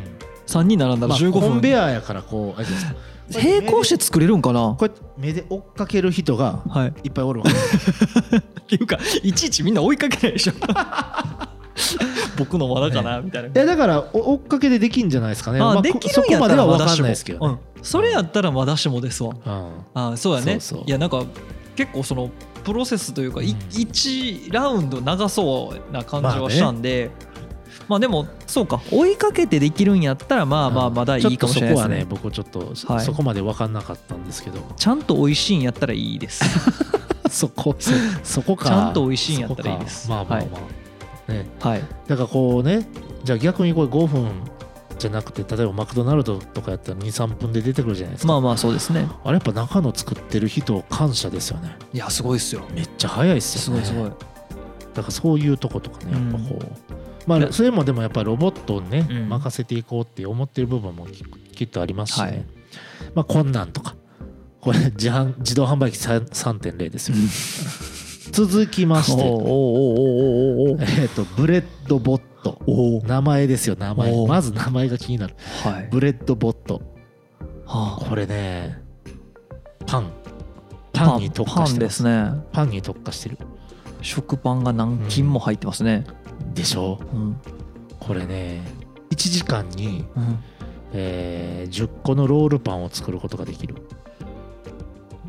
[SPEAKER 2] 3人並んだら
[SPEAKER 3] まあ、
[SPEAKER 2] 15分、
[SPEAKER 3] コンベアやから、こう、あれじゃないですか
[SPEAKER 2] 並行して作れるんかな
[SPEAKER 3] こうやって目で追っかける人が
[SPEAKER 2] はいっ
[SPEAKER 3] い っぱいおるわけですよ。
[SPEAKER 2] ていうかいちいちみんな追いかけないでしょ 僕のまだかなみたいな。
[SPEAKER 3] いやだからお追っかけでできんじゃないですかね、
[SPEAKER 2] あ
[SPEAKER 3] まあ
[SPEAKER 2] で
[SPEAKER 3] こ
[SPEAKER 2] き
[SPEAKER 3] そ
[SPEAKER 2] るん
[SPEAKER 3] こ
[SPEAKER 2] やっ
[SPEAKER 3] ま
[SPEAKER 2] た
[SPEAKER 3] で
[SPEAKER 2] ら
[SPEAKER 3] は
[SPEAKER 2] ま
[SPEAKER 3] 分
[SPEAKER 2] だ
[SPEAKER 3] か
[SPEAKER 2] し
[SPEAKER 3] ん
[SPEAKER 2] も
[SPEAKER 3] ないですけど
[SPEAKER 2] う
[SPEAKER 3] ね、
[SPEAKER 2] ん、それやったらまだしもですわ
[SPEAKER 3] うん
[SPEAKER 2] あそうやね
[SPEAKER 3] そうそう
[SPEAKER 2] いやなんか結構そのプロセスというか、い
[SPEAKER 3] うん
[SPEAKER 2] 1ラウンド長そうな感じ
[SPEAKER 3] まあ
[SPEAKER 2] は
[SPEAKER 3] ね
[SPEAKER 2] したんで、まあでもそうか追いかけてできるんやったらまあまあまだいいかもしれないですね,、
[SPEAKER 3] ちょっとそこはね僕ちょっとそ,、
[SPEAKER 2] はい
[SPEAKER 3] こまで分かんなかったんですけ ど
[SPEAKER 2] ちゃんと美味しいんやったらいいです
[SPEAKER 3] そこそそこか
[SPEAKER 2] ちゃんと美味しいんやったらいいです
[SPEAKER 3] そこかまあまあまあ、ね
[SPEAKER 2] はい
[SPEAKER 3] だからこうねじゃあ逆にこれ5分じゃなくて例えばマクドナルドとかやったら23分で出てくるじゃないですか、
[SPEAKER 2] まあまあそうですね
[SPEAKER 3] あれやっぱ中野作ってる人感謝ですよね
[SPEAKER 2] いやすごいっすよ
[SPEAKER 3] めっちゃ早いっす
[SPEAKER 2] す
[SPEAKER 3] よ
[SPEAKER 2] ご
[SPEAKER 3] ね
[SPEAKER 2] いすごい、
[SPEAKER 3] だからそういうとことかねやっぱこう、
[SPEAKER 2] い
[SPEAKER 3] まあ
[SPEAKER 2] や
[SPEAKER 3] それもでもやっぱロボットにね、
[SPEAKER 2] うん
[SPEAKER 3] 任せていこうって思ってる部分もききっとありますしね、
[SPEAKER 2] はい
[SPEAKER 3] まあこんなんとかこれ 自販自動販売機さん3.0ですよ続きまして
[SPEAKER 2] おう
[SPEAKER 3] おおえっとブレッドボット名前ですよ名前
[SPEAKER 2] おう
[SPEAKER 3] まず名前が気になる
[SPEAKER 2] はい
[SPEAKER 3] ブレッドボット
[SPEAKER 2] はあ
[SPEAKER 3] これねパンパンに特化
[SPEAKER 2] パ
[SPEAKER 3] し
[SPEAKER 2] ン
[SPEAKER 3] て
[SPEAKER 2] で
[SPEAKER 3] ます
[SPEAKER 2] すね
[SPEAKER 3] パンに特化してる
[SPEAKER 2] 食パンが何斤も入ってますね、
[SPEAKER 3] でしょ
[SPEAKER 2] うん
[SPEAKER 3] これね1時間に
[SPEAKER 2] うん
[SPEAKER 3] えー10個のロールパンを作ることができる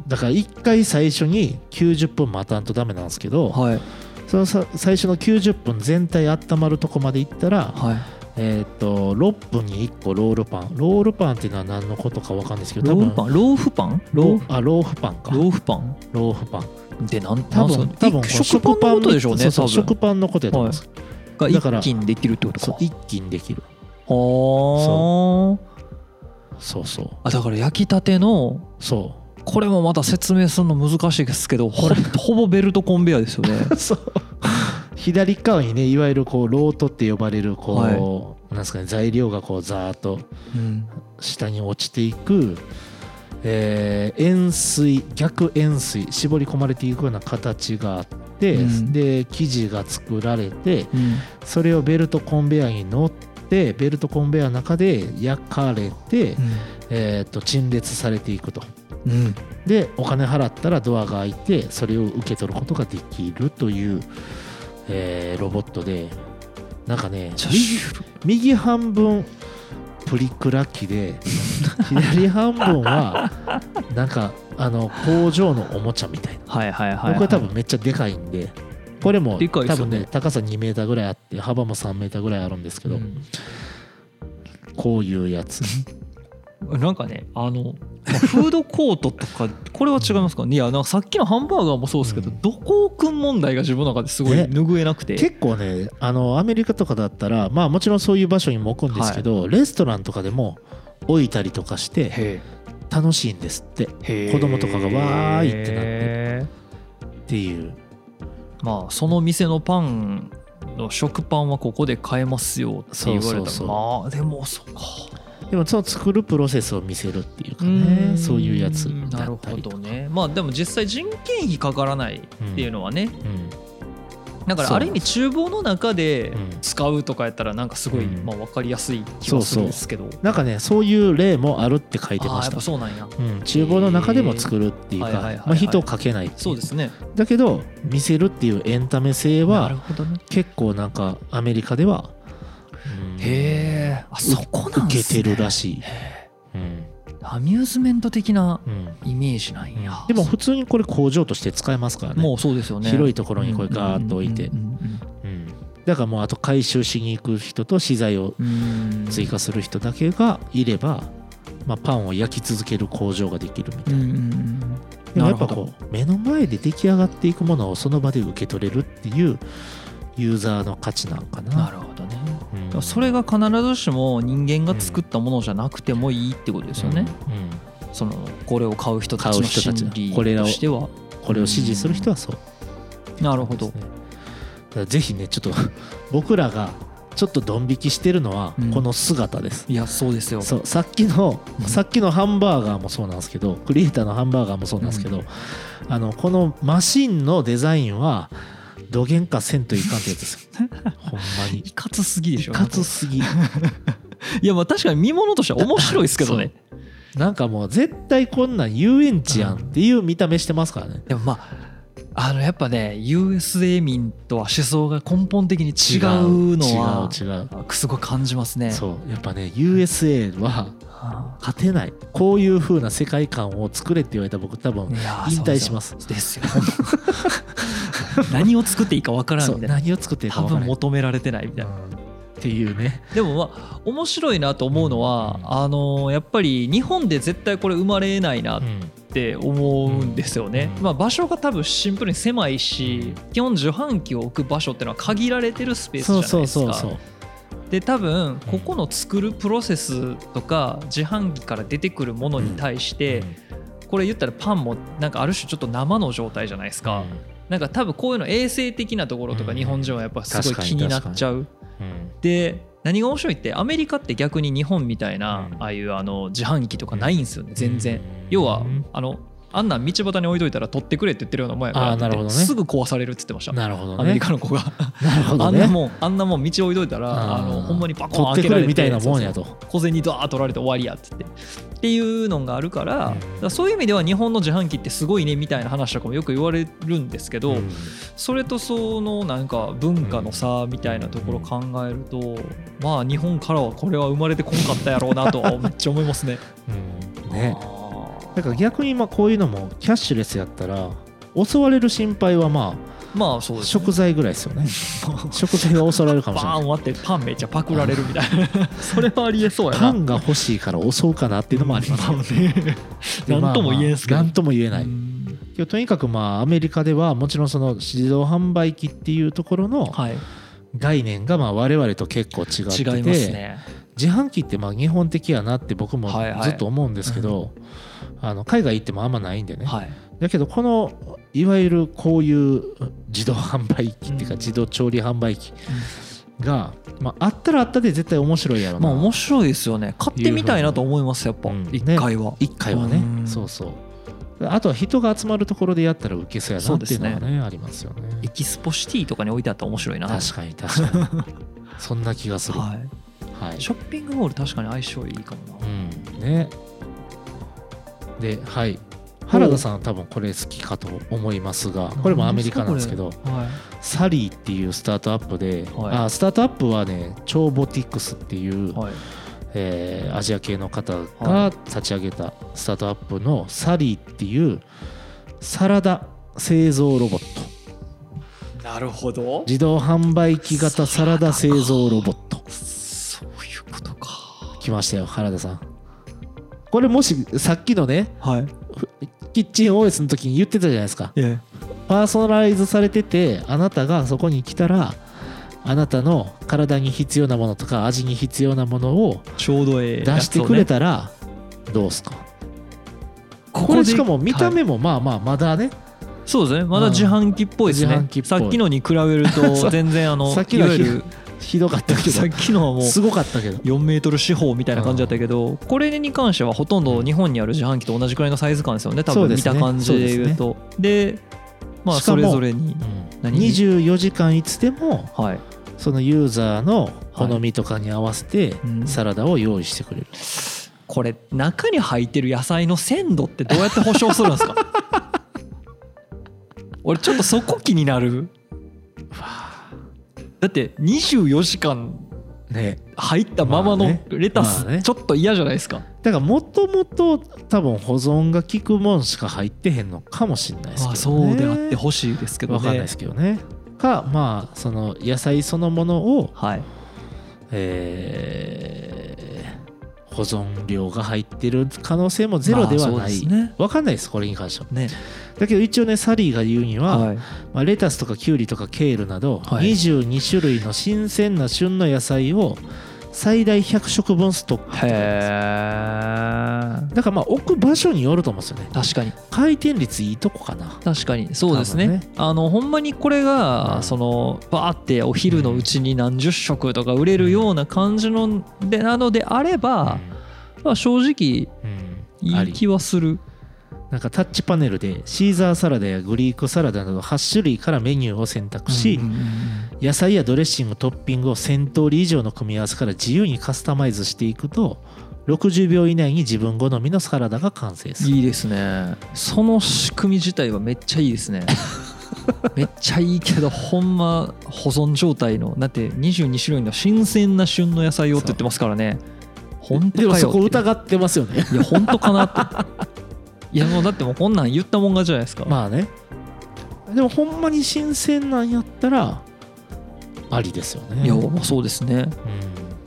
[SPEAKER 3] だから1回最初に90分待たんとダメなんですけど、
[SPEAKER 2] はい
[SPEAKER 3] そのさ最初の90分全体温まるとこまでいったら、
[SPEAKER 2] はい
[SPEAKER 3] えーっと6分に1個ロールパンロールパンっていうのは何のことか分かんないですけど
[SPEAKER 2] ローフパ
[SPEAKER 3] ン
[SPEAKER 2] ンローフパンローフ
[SPEAKER 3] あローフパンか
[SPEAKER 2] ローフパン
[SPEAKER 3] ローフパン
[SPEAKER 2] でなんな
[SPEAKER 3] 多分
[SPEAKER 2] んすか
[SPEAKER 3] 多分
[SPEAKER 2] い食パンのことでしょうね
[SPEAKER 3] そうそう
[SPEAKER 2] 多分
[SPEAKER 3] 食パンのことやと思います、
[SPEAKER 2] が
[SPEAKER 3] だから
[SPEAKER 2] 一気にできるってこと
[SPEAKER 3] そう
[SPEAKER 2] か
[SPEAKER 3] 一気にできる
[SPEAKER 2] は
[SPEAKER 3] そうそう
[SPEAKER 2] ああだから焼きたての
[SPEAKER 3] そ
[SPEAKER 2] これもまた説明するの難しいですけどほほぼベルトコンベアですよね
[SPEAKER 3] う そう左側にねいわゆるこうロートって呼ばれるこう、なんですかね材料がこうザーッと
[SPEAKER 2] うん
[SPEAKER 3] 下に落ちていく、えー円錐逆円錐絞り込まれていくような形があって、
[SPEAKER 2] うん
[SPEAKER 3] で生地が作られて
[SPEAKER 2] うん
[SPEAKER 3] それをベルトコンベアに乗ってベルトコンベアの中で焼かれて、えー、と陳列されていくと
[SPEAKER 2] うん
[SPEAKER 3] でお金払ったらドアが開いてそれを受け取ることができるという、えーロボットでなんかね
[SPEAKER 2] ちょ
[SPEAKER 3] 右右半分プリクラ 機で左半分はなんかあの工場のおもちゃみたいな
[SPEAKER 2] はいはいはい、はい、
[SPEAKER 3] 僕は多分めっちゃでかいんでこれも
[SPEAKER 2] でかいっ
[SPEAKER 3] 多
[SPEAKER 2] すよ
[SPEAKER 3] 分
[SPEAKER 2] ね
[SPEAKER 3] ね高さ2メーターぐらいあって幅も3メーターぐらいあるんですけど
[SPEAKER 2] うん
[SPEAKER 3] こういうやつ
[SPEAKER 2] なんかねあのまあフードコートとかこれは違いますかねいやなんかさっきのハンバーガーもそうですけど、
[SPEAKER 3] うん
[SPEAKER 2] どこ置くん問題が自分の中ですごい
[SPEAKER 3] ね
[SPEAKER 2] 拭えなくて、
[SPEAKER 3] 結構ねあのアメリカとかだったらまあもちろんそういう場所にも置くんですけどレストランとかでも置いたりとかして
[SPEAKER 2] へ
[SPEAKER 3] 楽しいんですってっ
[SPEAKER 2] え
[SPEAKER 3] 子供とかがわーいってなって
[SPEAKER 2] なって
[SPEAKER 3] いう
[SPEAKER 2] まあその店のパンの食パンはここで買えますよって言われたら
[SPEAKER 3] そうそうそう
[SPEAKER 2] まあでもそうか
[SPEAKER 3] でもその作るプロセスを見せるっていうか
[SPEAKER 2] う
[SPEAKER 3] ね
[SPEAKER 2] ん
[SPEAKER 3] そういうやつ
[SPEAKER 2] な
[SPEAKER 3] だ
[SPEAKER 2] る
[SPEAKER 3] った
[SPEAKER 2] ほ
[SPEAKER 3] りとか
[SPEAKER 2] どねまあでも実際人件費かからないっていうのはね、
[SPEAKER 3] うん
[SPEAKER 2] だから
[SPEAKER 3] そう
[SPEAKER 2] ある意味厨房の中で
[SPEAKER 3] うん
[SPEAKER 2] 使うとかやったらなんかすごい、
[SPEAKER 3] うん
[SPEAKER 2] まあ、分かりやすい気はするんですけど
[SPEAKER 3] なんかねそういう例もあるって書いて
[SPEAKER 2] あ
[SPEAKER 3] ま
[SPEAKER 2] あや
[SPEAKER 3] し
[SPEAKER 2] ったぱそうなんや
[SPEAKER 3] うん、厨房の中でも作るってい
[SPEAKER 2] へ
[SPEAKER 3] う
[SPEAKER 2] ーはいはい
[SPEAKER 3] か
[SPEAKER 2] はいはい
[SPEAKER 3] まあ人をかけないってい
[SPEAKER 2] そうですね
[SPEAKER 3] だけど見せるっていうエンタメ性
[SPEAKER 2] なる
[SPEAKER 3] は
[SPEAKER 2] ほどね
[SPEAKER 3] 結構なんかアメリカでは、うん
[SPEAKER 2] へえあそこなん
[SPEAKER 3] 受
[SPEAKER 2] す、ね、
[SPEAKER 3] けてるらしい、うん
[SPEAKER 2] アミューズメント的な
[SPEAKER 3] うん、
[SPEAKER 2] イメージなんや、
[SPEAKER 3] でも普通にこれ工場として使えますからね
[SPEAKER 2] もうそうですよね
[SPEAKER 3] 広い
[SPEAKER 2] と
[SPEAKER 3] とこ
[SPEAKER 2] こ
[SPEAKER 3] ろにこれガーッと置いて、うんだからもうあと回収しに行く人と資材を追加する人だけがいれば、まあ、パンを焼き続ける工場ができるみたいな。でもやっぱこう目の前で出来上がっていくものをその場で受け取れるっていうユーザーの価値なんかな。
[SPEAKER 2] なるほどね
[SPEAKER 3] うん
[SPEAKER 2] だからそれが必ずしも人間が作ったものじゃなくてもいいってことですよね、
[SPEAKER 3] うんうん
[SPEAKER 2] そのこれを買う人たちの心理
[SPEAKER 3] 買う人たちのこれらを
[SPEAKER 2] としては
[SPEAKER 3] これを支持する人はそう
[SPEAKER 2] なるほど
[SPEAKER 3] ですね。だからぜひねちょっと僕らがちょっとドン引きしてるのは
[SPEAKER 2] うん
[SPEAKER 3] この姿です。
[SPEAKER 2] いやそうですよ
[SPEAKER 3] そうさっきの
[SPEAKER 2] うん
[SPEAKER 3] さっきのハンバーガーもそうなんですけどクリエイターのハンバーガーもそうなんですけど、あのこのマシンのデザインはどげんかせんといかんってやつです よほんまに
[SPEAKER 2] いかつすぎでしょ
[SPEAKER 3] いかつすぎ
[SPEAKER 2] いやまあ確かに見物としては面白いですけ どね
[SPEAKER 3] なんかもう絶対こんなん遊園地やんっていう見た目してますからね
[SPEAKER 2] でもまああのやっぱね USA 民とは思想が根本的に違うのは
[SPEAKER 3] 違う違う
[SPEAKER 2] すごい感じますね。
[SPEAKER 3] そうやっぱね USA は
[SPEAKER 2] は
[SPEAKER 3] 勝てないこういう風な世界観を作れって言われたら僕多分
[SPEAKER 2] あいやー
[SPEAKER 3] 引退します
[SPEAKER 2] そうですよ。 何を作っていいかわからん
[SPEAKER 3] そ
[SPEAKER 2] み
[SPEAKER 3] う
[SPEAKER 2] たいな。
[SPEAKER 3] 何を作っていいか
[SPEAKER 2] 多
[SPEAKER 3] 分から
[SPEAKER 2] 分
[SPEAKER 3] ない
[SPEAKER 2] 求められてないみたいな。
[SPEAKER 3] うんっていうね
[SPEAKER 2] でもまあ面白いなと思うのはあのやっぱり日本で絶対これ生まれないなって思うんですよね。
[SPEAKER 3] うん
[SPEAKER 2] まあ場所が多分シンプルに狭いし、基本自販機を置く場所ってのは限られてるスペースじゃ
[SPEAKER 3] そ
[SPEAKER 2] な
[SPEAKER 3] う
[SPEAKER 2] いですか。
[SPEAKER 3] そうそうそう
[SPEAKER 2] で多分ここの作るプロセスとか自販機から出てくるものに対してこれ言ったらパンもなんかある種ちょっと生の状態じゃないですかなんか多分こういうの衛生的なところとか
[SPEAKER 3] うん
[SPEAKER 2] 日本人はやっぱす
[SPEAKER 3] 確
[SPEAKER 2] ご
[SPEAKER 3] か
[SPEAKER 2] い
[SPEAKER 3] に
[SPEAKER 2] 気になっちゃう
[SPEAKER 3] うん
[SPEAKER 2] で何が面白いってアメリカって逆に日本みたいな
[SPEAKER 3] うん
[SPEAKER 2] ああいうあの自販機とかないんですよね全然
[SPEAKER 3] うん
[SPEAKER 2] 要は
[SPEAKER 3] うん
[SPEAKER 2] あのあんなん道端に置いといたら取ってくれって言ってるようなもんやからっ
[SPEAKER 3] あー
[SPEAKER 2] て言って
[SPEAKER 3] なるほどね
[SPEAKER 2] すぐ壊されるって言ってました
[SPEAKER 3] なるほどね
[SPEAKER 2] アメリカの子が
[SPEAKER 3] なるほ
[SPEAKER 2] あ
[SPEAKER 3] ど
[SPEAKER 2] ん
[SPEAKER 3] ね
[SPEAKER 2] なもんあんなもん道置いといたら
[SPEAKER 3] あ
[SPEAKER 2] あ
[SPEAKER 3] ー
[SPEAKER 2] のほんまにバコン
[SPEAKER 3] 取っ
[SPEAKER 2] 開
[SPEAKER 3] て
[SPEAKER 2] け
[SPEAKER 3] く
[SPEAKER 2] られて
[SPEAKER 3] るみたいなもんや
[SPEAKER 2] そう
[SPEAKER 3] と
[SPEAKER 2] そう小銭ドアー取られて終わりやっつってっていうのがあるからだ
[SPEAKER 3] うん
[SPEAKER 2] からそういう意味では日本の自販機ってすごいねみたいな話とかもよく言われるんですけど、
[SPEAKER 3] うん
[SPEAKER 2] それとそのなんか文化の差みたいなところを考えると、まあ日本からはこれは生まれてこんかったやろうなとはめっちゃ思いますね。
[SPEAKER 3] うん ね
[SPEAKER 2] あー
[SPEAKER 3] だから逆にまあこういうのもキャッシュレスやったら襲われる心配はま
[SPEAKER 2] まあそう
[SPEAKER 3] あ
[SPEAKER 2] です、ね、
[SPEAKER 3] 食材ぐらいですよ ね食材が襲われるかも
[SPEAKER 2] バ
[SPEAKER 3] しれな
[SPEAKER 2] ー
[SPEAKER 3] い
[SPEAKER 2] ン割ってパンめっちゃパクられるみたいな それはありえそうやな。
[SPEAKER 3] パンが欲しいから襲うかなっていうのもありますけど
[SPEAKER 2] まあね
[SPEAKER 3] でまあ
[SPEAKER 2] なんとも言えんすけど
[SPEAKER 3] まあなんとも言えない
[SPEAKER 2] うん
[SPEAKER 3] けどとにかくまあアメリカではもちろんその自動販売機っていうところの
[SPEAKER 2] はい、
[SPEAKER 3] 概念がまあ我々と結構違ってて
[SPEAKER 2] 違いますね。
[SPEAKER 3] 自販機ってまあ日本的やなって僕も
[SPEAKER 2] はいはい
[SPEAKER 3] ずっと思うんですけどあの海外行ってもあんまないんでね
[SPEAKER 2] はい、
[SPEAKER 3] だけどこのいわゆるこういう自動販売機っていう
[SPEAKER 2] う
[SPEAKER 3] か
[SPEAKER 2] ん
[SPEAKER 3] 自動調理販売機がまああったらあったで絶対面白いやろ
[SPEAKER 2] まあ面
[SPEAKER 3] な
[SPEAKER 2] 白いですよね。買ってみたいなと思いますやっぱ
[SPEAKER 3] うん
[SPEAKER 2] 一回は。
[SPEAKER 3] 一回は
[SPEAKER 2] う
[SPEAKER 3] ね
[SPEAKER 2] ん
[SPEAKER 3] そうそうあとは人が集まるところでやったら受けそうやなっていうのは
[SPEAKER 2] そう
[SPEAKER 3] ねありますよね
[SPEAKER 2] エキスポシティとかに置いてあったら面白いな。
[SPEAKER 3] 確かに確か にそんな気がするは
[SPEAKER 2] はいい。ショッピングモール確かに相性いいかもな。
[SPEAKER 3] うんねではい原田さんは多分これ好きかと思いますがこれもアメリカなんですけど
[SPEAKER 2] はい。
[SPEAKER 3] サリーっていうスタートアップで、
[SPEAKER 2] はい
[SPEAKER 3] あスタートアップはね超ボティックスっていう、
[SPEAKER 2] はい。
[SPEAKER 3] えーアジア系の方
[SPEAKER 2] は
[SPEAKER 3] が立ち上げたスタートアップのサリーっていうサラダ製造ロボット
[SPEAKER 2] なるほど。
[SPEAKER 3] 自動販売機型サラダ製造ロボット
[SPEAKER 2] そういうことか。
[SPEAKER 3] 来ましたよ原田さんこれもしさっきのね
[SPEAKER 2] はい。
[SPEAKER 3] キッチン OS の時に言ってたじゃないですか
[SPEAKER 2] え
[SPEAKER 3] パーソナライズされててあなたがそこに来たらあなたの体に必要なものとか味に必要なものを
[SPEAKER 2] ちょうどええ。
[SPEAKER 3] 出してくれたらどうすか
[SPEAKER 2] こ
[SPEAKER 3] これしかも見た
[SPEAKER 2] はい
[SPEAKER 3] 目もまあまあまだね
[SPEAKER 2] そうですね。まだ自販機っぽいです
[SPEAKER 3] 自
[SPEAKER 2] ね
[SPEAKER 3] 販機っ。ぽ
[SPEAKER 2] さ
[SPEAKER 3] い
[SPEAKER 2] っきのに比べると全然あの
[SPEAKER 3] さっき
[SPEAKER 2] い
[SPEAKER 3] の
[SPEAKER 2] わ
[SPEAKER 3] は
[SPEAKER 2] ゆる
[SPEAKER 3] ひどかった け
[SPEAKER 2] さっ
[SPEAKER 3] ど
[SPEAKER 2] きのはもう
[SPEAKER 3] すごかったけど
[SPEAKER 2] 4メートル四方みたいな感じだったけど、これに関してはほとんど日本にある自販機と同じくらいのサイズ感ですよね多
[SPEAKER 3] そう
[SPEAKER 2] 分
[SPEAKER 3] で
[SPEAKER 2] 見
[SPEAKER 3] すね
[SPEAKER 2] た感じで言うとで,、まあ
[SPEAKER 3] しか
[SPEAKER 2] そ
[SPEAKER 3] も
[SPEAKER 2] れぞれに何
[SPEAKER 3] 24時間いつでも
[SPEAKER 2] はい
[SPEAKER 3] そのユーザーの好みとかに合わせて
[SPEAKER 2] うん
[SPEAKER 3] サラダを用意してくれる
[SPEAKER 2] これ中に入ってる野菜の鮮度ってどうやって保証するんですか 俺ちょっとそこ気になるだって24時間
[SPEAKER 3] ね
[SPEAKER 2] 入ったまま
[SPEAKER 3] まあ
[SPEAKER 2] の
[SPEAKER 3] ね
[SPEAKER 2] レタス
[SPEAKER 3] まあね
[SPEAKER 2] ちょっと嫌じゃないですか、
[SPEAKER 3] だからもともと多分保存が効くもんしか入ってへんのかもしれないですけど、ね、
[SPEAKER 2] まあ、そうであってほしいですけどね
[SPEAKER 3] わかんないですけどねかまあその野菜そのものを、
[SPEAKER 2] はい
[SPEAKER 3] えー保存量が入ってる可能性もゼロでは
[SPEAKER 2] まあ
[SPEAKER 3] な
[SPEAKER 2] そうです
[SPEAKER 3] い、
[SPEAKER 2] ね
[SPEAKER 3] わかんないですこれに関しては
[SPEAKER 2] ね
[SPEAKER 3] だけど一応ねサリーが言うには、
[SPEAKER 2] はい
[SPEAKER 3] まあ、レタスとかキュウリとかケールなど、
[SPEAKER 2] はい
[SPEAKER 3] 22種類の新鮮な旬の野菜を最大100食分ストックってことです
[SPEAKER 2] へえ
[SPEAKER 3] だからまあ置く場所によると思うんですよね
[SPEAKER 2] 確かに
[SPEAKER 3] 回転率いいとこかな
[SPEAKER 2] 確かにそうですね
[SPEAKER 3] 多分ね
[SPEAKER 2] あのほんまにこれが、
[SPEAKER 3] うん
[SPEAKER 2] そのバーってお昼のうちに何十食とか売れるような感じのでなのであれば、まあ、正直
[SPEAKER 3] うんあ
[SPEAKER 2] いい
[SPEAKER 3] り
[SPEAKER 2] 気はする
[SPEAKER 3] なんかタッチパネルでシーザーサラダやグリークサラダなど8種類からメニューを選択し、
[SPEAKER 2] うんうんうん
[SPEAKER 3] 野菜やドレッシングトッピングを1000通り以上の組み合わせから自由にカスタマイズしていくと60秒以内に自分好みのサラダが完成する
[SPEAKER 2] いいですねその仕組み自体はめっちゃいいですねめっちゃいいけどほんま保存状態のだって22種類の新鮮な旬の野菜をって言ってますからね本
[SPEAKER 3] で
[SPEAKER 2] 当
[SPEAKER 3] も
[SPEAKER 2] かよ
[SPEAKER 3] そ
[SPEAKER 2] ってい
[SPEAKER 3] こ
[SPEAKER 2] う
[SPEAKER 3] 疑ってます よね
[SPEAKER 2] いや本当かなって いやもうだってもうこんなん言ったもんがじゃないですか、
[SPEAKER 3] まあねでもほんまに新鮮なんやったらありですよね
[SPEAKER 2] いやまあそうですね
[SPEAKER 3] うん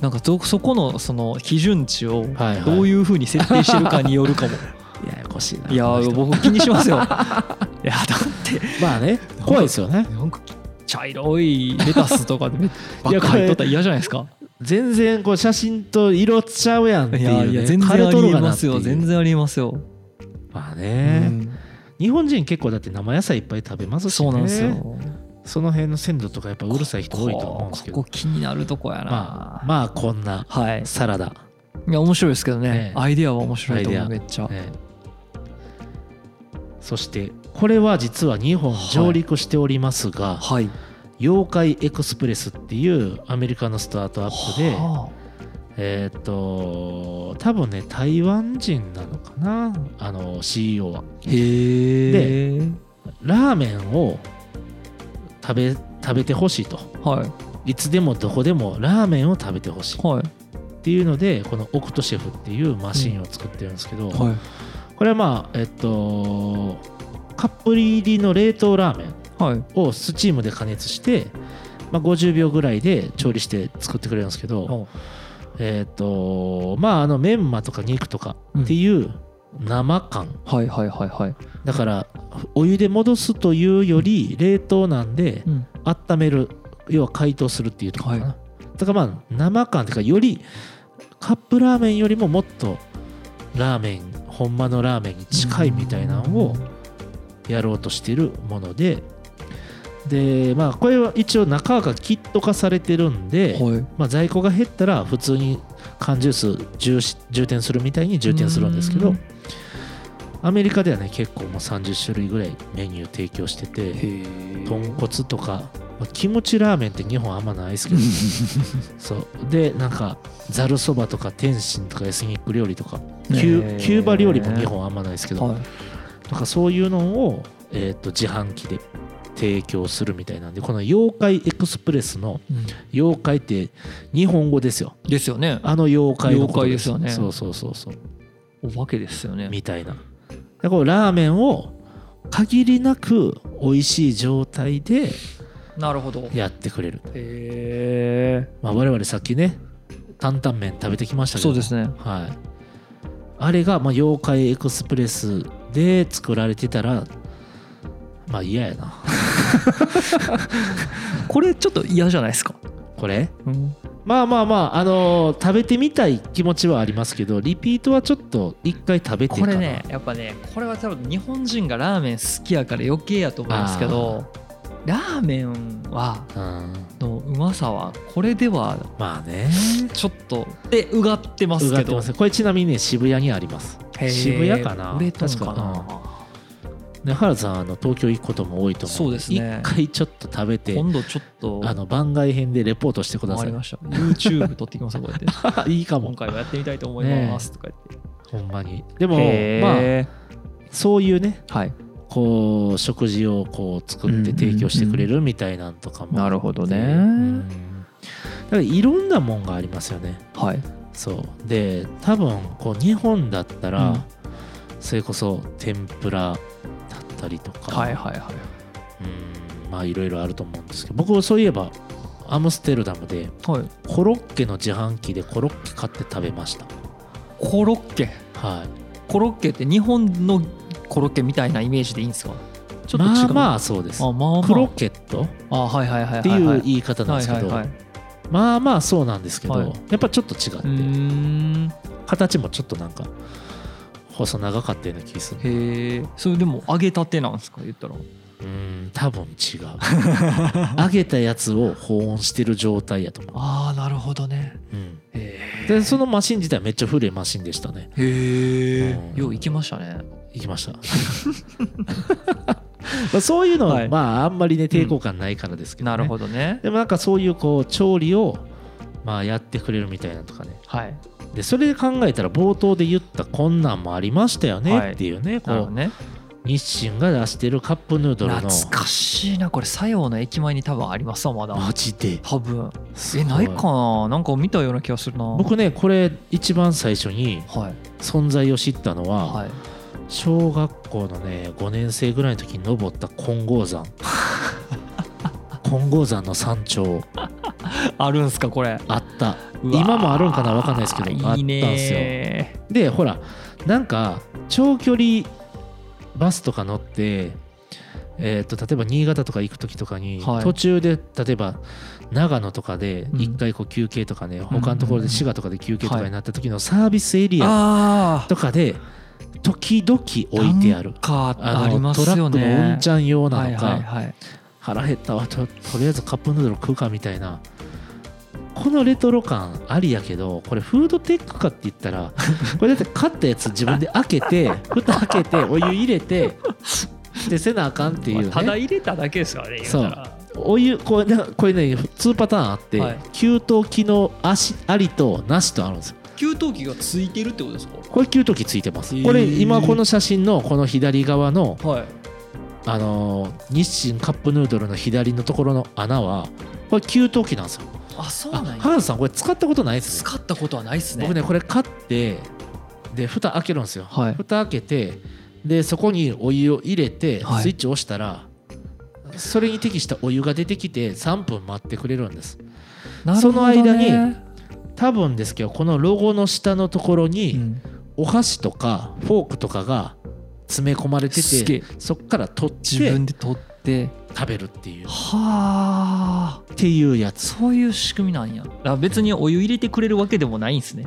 [SPEAKER 2] なんかどそこのその基準値を
[SPEAKER 3] はいはい
[SPEAKER 2] どういうふうに設定してるかによるかも、、
[SPEAKER 3] ややこしいな い
[SPEAKER 2] や
[SPEAKER 3] この人
[SPEAKER 2] 僕気にしますよ いやだって
[SPEAKER 3] まあね怖いですよね
[SPEAKER 2] なんか茶色いレタスとかでめっばっか入っとったら嫌じゃないですか
[SPEAKER 3] 全然こう写真と色ちゃうやんってい、
[SPEAKER 2] いう
[SPEAKER 3] ね、
[SPEAKER 2] やいや全然
[SPEAKER 3] 枯れ
[SPEAKER 2] あ
[SPEAKER 3] と
[SPEAKER 2] り
[SPEAKER 3] る
[SPEAKER 2] え
[SPEAKER 3] がな
[SPEAKER 2] ま
[SPEAKER 3] って
[SPEAKER 2] す
[SPEAKER 3] いう
[SPEAKER 2] よ全然ありえますよ、
[SPEAKER 3] まあね、
[SPEAKER 2] うん
[SPEAKER 3] 日本人結構だって生野菜いっぱい食べますし、
[SPEAKER 2] そ
[SPEAKER 3] ね、
[SPEAKER 2] うなんですよ
[SPEAKER 3] その辺の鮮度とかやっぱうるさい人多いと思うんですけど
[SPEAKER 2] ここ気になるとこやな、
[SPEAKER 3] まあまあこんな
[SPEAKER 2] はい
[SPEAKER 3] サラダ、
[SPEAKER 2] いや面白いですけどね、
[SPEAKER 3] ね
[SPEAKER 2] アイデアは面白いと思
[SPEAKER 3] ア
[SPEAKER 2] う
[SPEAKER 3] イ
[SPEAKER 2] め
[SPEAKER 3] デ
[SPEAKER 2] っちゃ、
[SPEAKER 3] ねそしてこれは実は日本上陸しておりますが、
[SPEAKER 2] はい
[SPEAKER 3] 妖怪エクスプレスっていうアメリカのスタートアップで、
[SPEAKER 2] は
[SPEAKER 3] えーっと多分ね台湾人なのかなあの CEO は
[SPEAKER 2] あへえ
[SPEAKER 3] ラーメンを食べ食べてほしいと
[SPEAKER 2] はい
[SPEAKER 3] いつでもどこでもラーメンを食べてほしいっ
[SPEAKER 2] はい
[SPEAKER 3] ていうのでこのオクトシェフっていうマシンを作ってるんですけど、
[SPEAKER 2] はい
[SPEAKER 3] これはまあえっとカップ入りの冷凍ラーメン
[SPEAKER 2] はい
[SPEAKER 3] をスチームで加熱して、まあ、50秒ぐらいで調理して作ってくれるんですけど、えっとまああのメンマとか肉とかっていう生感、
[SPEAKER 2] はいはいはいはい、
[SPEAKER 3] だからお湯で戻すというより冷凍なんで
[SPEAKER 2] うん、
[SPEAKER 3] 温める要は解凍するっていうところかな、
[SPEAKER 2] は
[SPEAKER 3] だからまあ生感というかよりカップラーメンよりももっとラーメンほんまのラーメンに近いみたいなのをやろうとしてるものででまあこれは一応中がキット化されてるんで、
[SPEAKER 2] はい
[SPEAKER 3] まあ、在庫が減ったら普通に缶ジュース充し充填するみたいに充填するんですけ
[SPEAKER 2] う
[SPEAKER 3] ど
[SPEAKER 2] ん
[SPEAKER 3] アメリカではね結構もう30種類ぐらいメニュー提供してて豚骨とか、まあ、キムチラーメンって日本あんまないですけどそうでなんかざるそばとか天津とかエスニック料理とかキ
[SPEAKER 2] へ
[SPEAKER 3] ュ
[SPEAKER 2] ー
[SPEAKER 3] キューバ料理も日本あんまないですけど
[SPEAKER 2] はい
[SPEAKER 3] なんかそういうのを、えー、と自販機で提供するみたいなんでこの妖怪エクスプレスの
[SPEAKER 2] うん
[SPEAKER 3] 妖怪って日本語ですよ
[SPEAKER 2] ですよね
[SPEAKER 3] あの妖怪のこと
[SPEAKER 2] 妖怪ですよ
[SPEAKER 3] そ
[SPEAKER 2] ね
[SPEAKER 3] うそうそうそう
[SPEAKER 2] お化けですよね
[SPEAKER 3] みたいなでこうラーメンを限りなく美味しい状態で
[SPEAKER 2] なるほどへ
[SPEAKER 3] やってくれる、
[SPEAKER 2] え
[SPEAKER 3] まあ、我々さっきね担々麺食べてきましたけど
[SPEAKER 2] そうですね
[SPEAKER 3] はい、あれがまあ妖怪エクスプレスで作られてたらまあ嫌やな
[SPEAKER 2] これちょっと嫌じゃないですか、
[SPEAKER 3] これ
[SPEAKER 2] うん、
[SPEAKER 3] まあまあまあ、あのー食べてみたい気持ちはありますけどリピートはちょっと一回食べて
[SPEAKER 2] こ
[SPEAKER 3] から
[SPEAKER 2] れねやっぱねこれは多分日本人がラーメン好きやから余計やと思うんですけどラーメンは
[SPEAKER 3] うん
[SPEAKER 2] のうまさはこれでは
[SPEAKER 3] まあね
[SPEAKER 2] ちょっとでうがってます
[SPEAKER 3] うが
[SPEAKER 2] け
[SPEAKER 3] って
[SPEAKER 2] ど
[SPEAKER 3] ますこれちなみにね渋谷にあります
[SPEAKER 2] へー
[SPEAKER 3] 渋谷かな
[SPEAKER 2] 売れとんか
[SPEAKER 3] 確か
[SPEAKER 2] な、
[SPEAKER 3] ね原田さんあの東京行くことも多いと思う
[SPEAKER 2] そうですね
[SPEAKER 3] 一回ちょっと食べて
[SPEAKER 2] 今度ちょっと
[SPEAKER 3] あの番外編でレポートしてくだ
[SPEAKER 2] わか
[SPEAKER 3] さ
[SPEAKER 2] りました YouTube 撮ってきますこうやって
[SPEAKER 3] いいいかも
[SPEAKER 2] 今回はやってみたいと思いますとか言って
[SPEAKER 3] ほんまにでもまあ
[SPEAKER 2] へ
[SPEAKER 3] そういうね
[SPEAKER 2] ーはい
[SPEAKER 3] こう食事をこう作って提供してくれるみたいなんとかも
[SPEAKER 2] なるほどね
[SPEAKER 3] うんだからいろんなもんがありますよね
[SPEAKER 2] はい
[SPEAKER 3] そうで多分こう日本だったら、
[SPEAKER 2] うん
[SPEAKER 3] それこそ天ぷらだったりとか、
[SPEAKER 2] はいはいは
[SPEAKER 3] うんまあいろいろあると思うんですけど僕そういえばアムステルダムで
[SPEAKER 2] いはい
[SPEAKER 3] コロッケの自販機でコロッケ買って食べました
[SPEAKER 2] コロッケ
[SPEAKER 3] はい
[SPEAKER 2] コロッケって日本のコロッケみたいなイメージでいいんですかちょっと違う
[SPEAKER 3] まあま
[SPEAKER 2] あ
[SPEAKER 3] あそうです
[SPEAKER 2] まあまあ
[SPEAKER 3] クロッケット
[SPEAKER 2] あはいはいはい
[SPEAKER 3] って
[SPEAKER 2] はいは
[SPEAKER 3] う言い方なんですけ
[SPEAKER 2] はい
[SPEAKER 3] ど、
[SPEAKER 2] はいはい
[SPEAKER 3] まあまあそうなんですけど、
[SPEAKER 2] はい
[SPEAKER 3] やっぱちょっと違
[SPEAKER 2] うー
[SPEAKER 3] って
[SPEAKER 2] ん
[SPEAKER 3] 形もちょっとなんか細長かったような気がする
[SPEAKER 2] へえそれでも揚げたてなんですか言ったら
[SPEAKER 3] うん多分違う 揚げたやつを保温してる状態やと思う、
[SPEAKER 2] ああなるほどね
[SPEAKER 3] うん
[SPEAKER 2] へ
[SPEAKER 3] でそのマシン自体めっちゃ古いマシンでしたね
[SPEAKER 2] えへ
[SPEAKER 3] うん
[SPEAKER 2] よう行きましたね
[SPEAKER 3] 行きま したまあそういうのは、
[SPEAKER 2] はい
[SPEAKER 3] まああんまりね抵抗感ないからですけど、ね
[SPEAKER 2] なるほどね
[SPEAKER 3] でもなんかそういうこう調理をまあやってくれるみたいなとかね
[SPEAKER 2] はい
[SPEAKER 3] でそれで考えたら冒頭で言ったこんなんもありましたよ
[SPEAKER 2] は
[SPEAKER 3] ね
[SPEAKER 2] い
[SPEAKER 3] っていうね、
[SPEAKER 2] なるほど
[SPEAKER 3] こ
[SPEAKER 2] ね
[SPEAKER 3] う日清が出してるカップヌードルの
[SPEAKER 2] 懐かしいなこれ佐用の駅前に多分ありますわまだ
[SPEAKER 3] マジで
[SPEAKER 2] 多分
[SPEAKER 3] すご
[SPEAKER 2] えないかななんか見たような気がするな
[SPEAKER 3] 僕ねこれ一番最初に
[SPEAKER 2] はい
[SPEAKER 3] 存在を知ったのは、
[SPEAKER 2] はい
[SPEAKER 3] 小学校のね5年生ぐらいの時に登った金 剛山金剛山の山頂
[SPEAKER 2] あるんすかこれ
[SPEAKER 3] あった
[SPEAKER 2] うわー
[SPEAKER 3] 今もあるんかなわかんないですけど
[SPEAKER 2] いい
[SPEAKER 3] あったんすよ
[SPEAKER 2] ね
[SPEAKER 3] でほらなんか長距離バスとか乗ってえー、と例えば新潟とか行く時とかに、
[SPEAKER 2] はい
[SPEAKER 3] 途中で例えば長野とかで一回こう休憩とかね、他のところで滋賀とかで休憩とかになった時のサービスエリア
[SPEAKER 2] あ
[SPEAKER 3] とかで時々置
[SPEAKER 2] あ
[SPEAKER 3] いてある
[SPEAKER 2] か
[SPEAKER 3] あの
[SPEAKER 2] あります
[SPEAKER 3] トラ
[SPEAKER 2] よ
[SPEAKER 3] ック
[SPEAKER 2] ね
[SPEAKER 3] のうんちゃん用なのか、
[SPEAKER 2] はいはいはい
[SPEAKER 3] 腹減ったわととりあえずカップヌードル食うかみたいなこのレトロ感ありやけどこれフードテックかって言ったら これだって買ったやつ自分で開けて蓋開けてお湯入れてでせなあかんっていう
[SPEAKER 2] まあただ
[SPEAKER 3] ね
[SPEAKER 2] 入れただけですからね言うたら
[SPEAKER 3] お湯これなこれね2パターンあって、
[SPEAKER 2] はい
[SPEAKER 3] 給湯器のあしありとなしとあるんですよ
[SPEAKER 2] 給湯器がついてるってことですか
[SPEAKER 3] これ給湯器ついてます
[SPEAKER 2] へー
[SPEAKER 3] これ今この写真のこの左側の
[SPEAKER 2] はい
[SPEAKER 3] あのー日清カップヌードルの左のところの穴はこれ給湯器なんですよ
[SPEAKER 2] あそう
[SPEAKER 3] あ
[SPEAKER 2] なんや
[SPEAKER 3] 原田さんこれ使ったことないですね
[SPEAKER 2] 使ったことはないっすね
[SPEAKER 3] 僕ねこれ買ってで蓋開けるんですよ、
[SPEAKER 2] はい
[SPEAKER 3] 蓋開けてでそこにお湯を入れて
[SPEAKER 2] はい
[SPEAKER 3] スイッチを押したら、それに適したお湯が出てきて3分待ってくれるんです
[SPEAKER 2] なるほどね
[SPEAKER 3] その間に多分ですけどこのロゴの下のところ
[SPEAKER 2] う
[SPEAKER 3] に
[SPEAKER 2] ん
[SPEAKER 3] お箸とかフォークとかが詰め込まれて
[SPEAKER 2] すげえ
[SPEAKER 3] てそっから取って
[SPEAKER 2] 自
[SPEAKER 3] 食
[SPEAKER 2] 分で取って
[SPEAKER 3] べるっていうっ
[SPEAKER 2] はあ
[SPEAKER 3] ていうやつ
[SPEAKER 2] そういう仕組みなんやあ別にお湯入れてくれるわけでもないんですね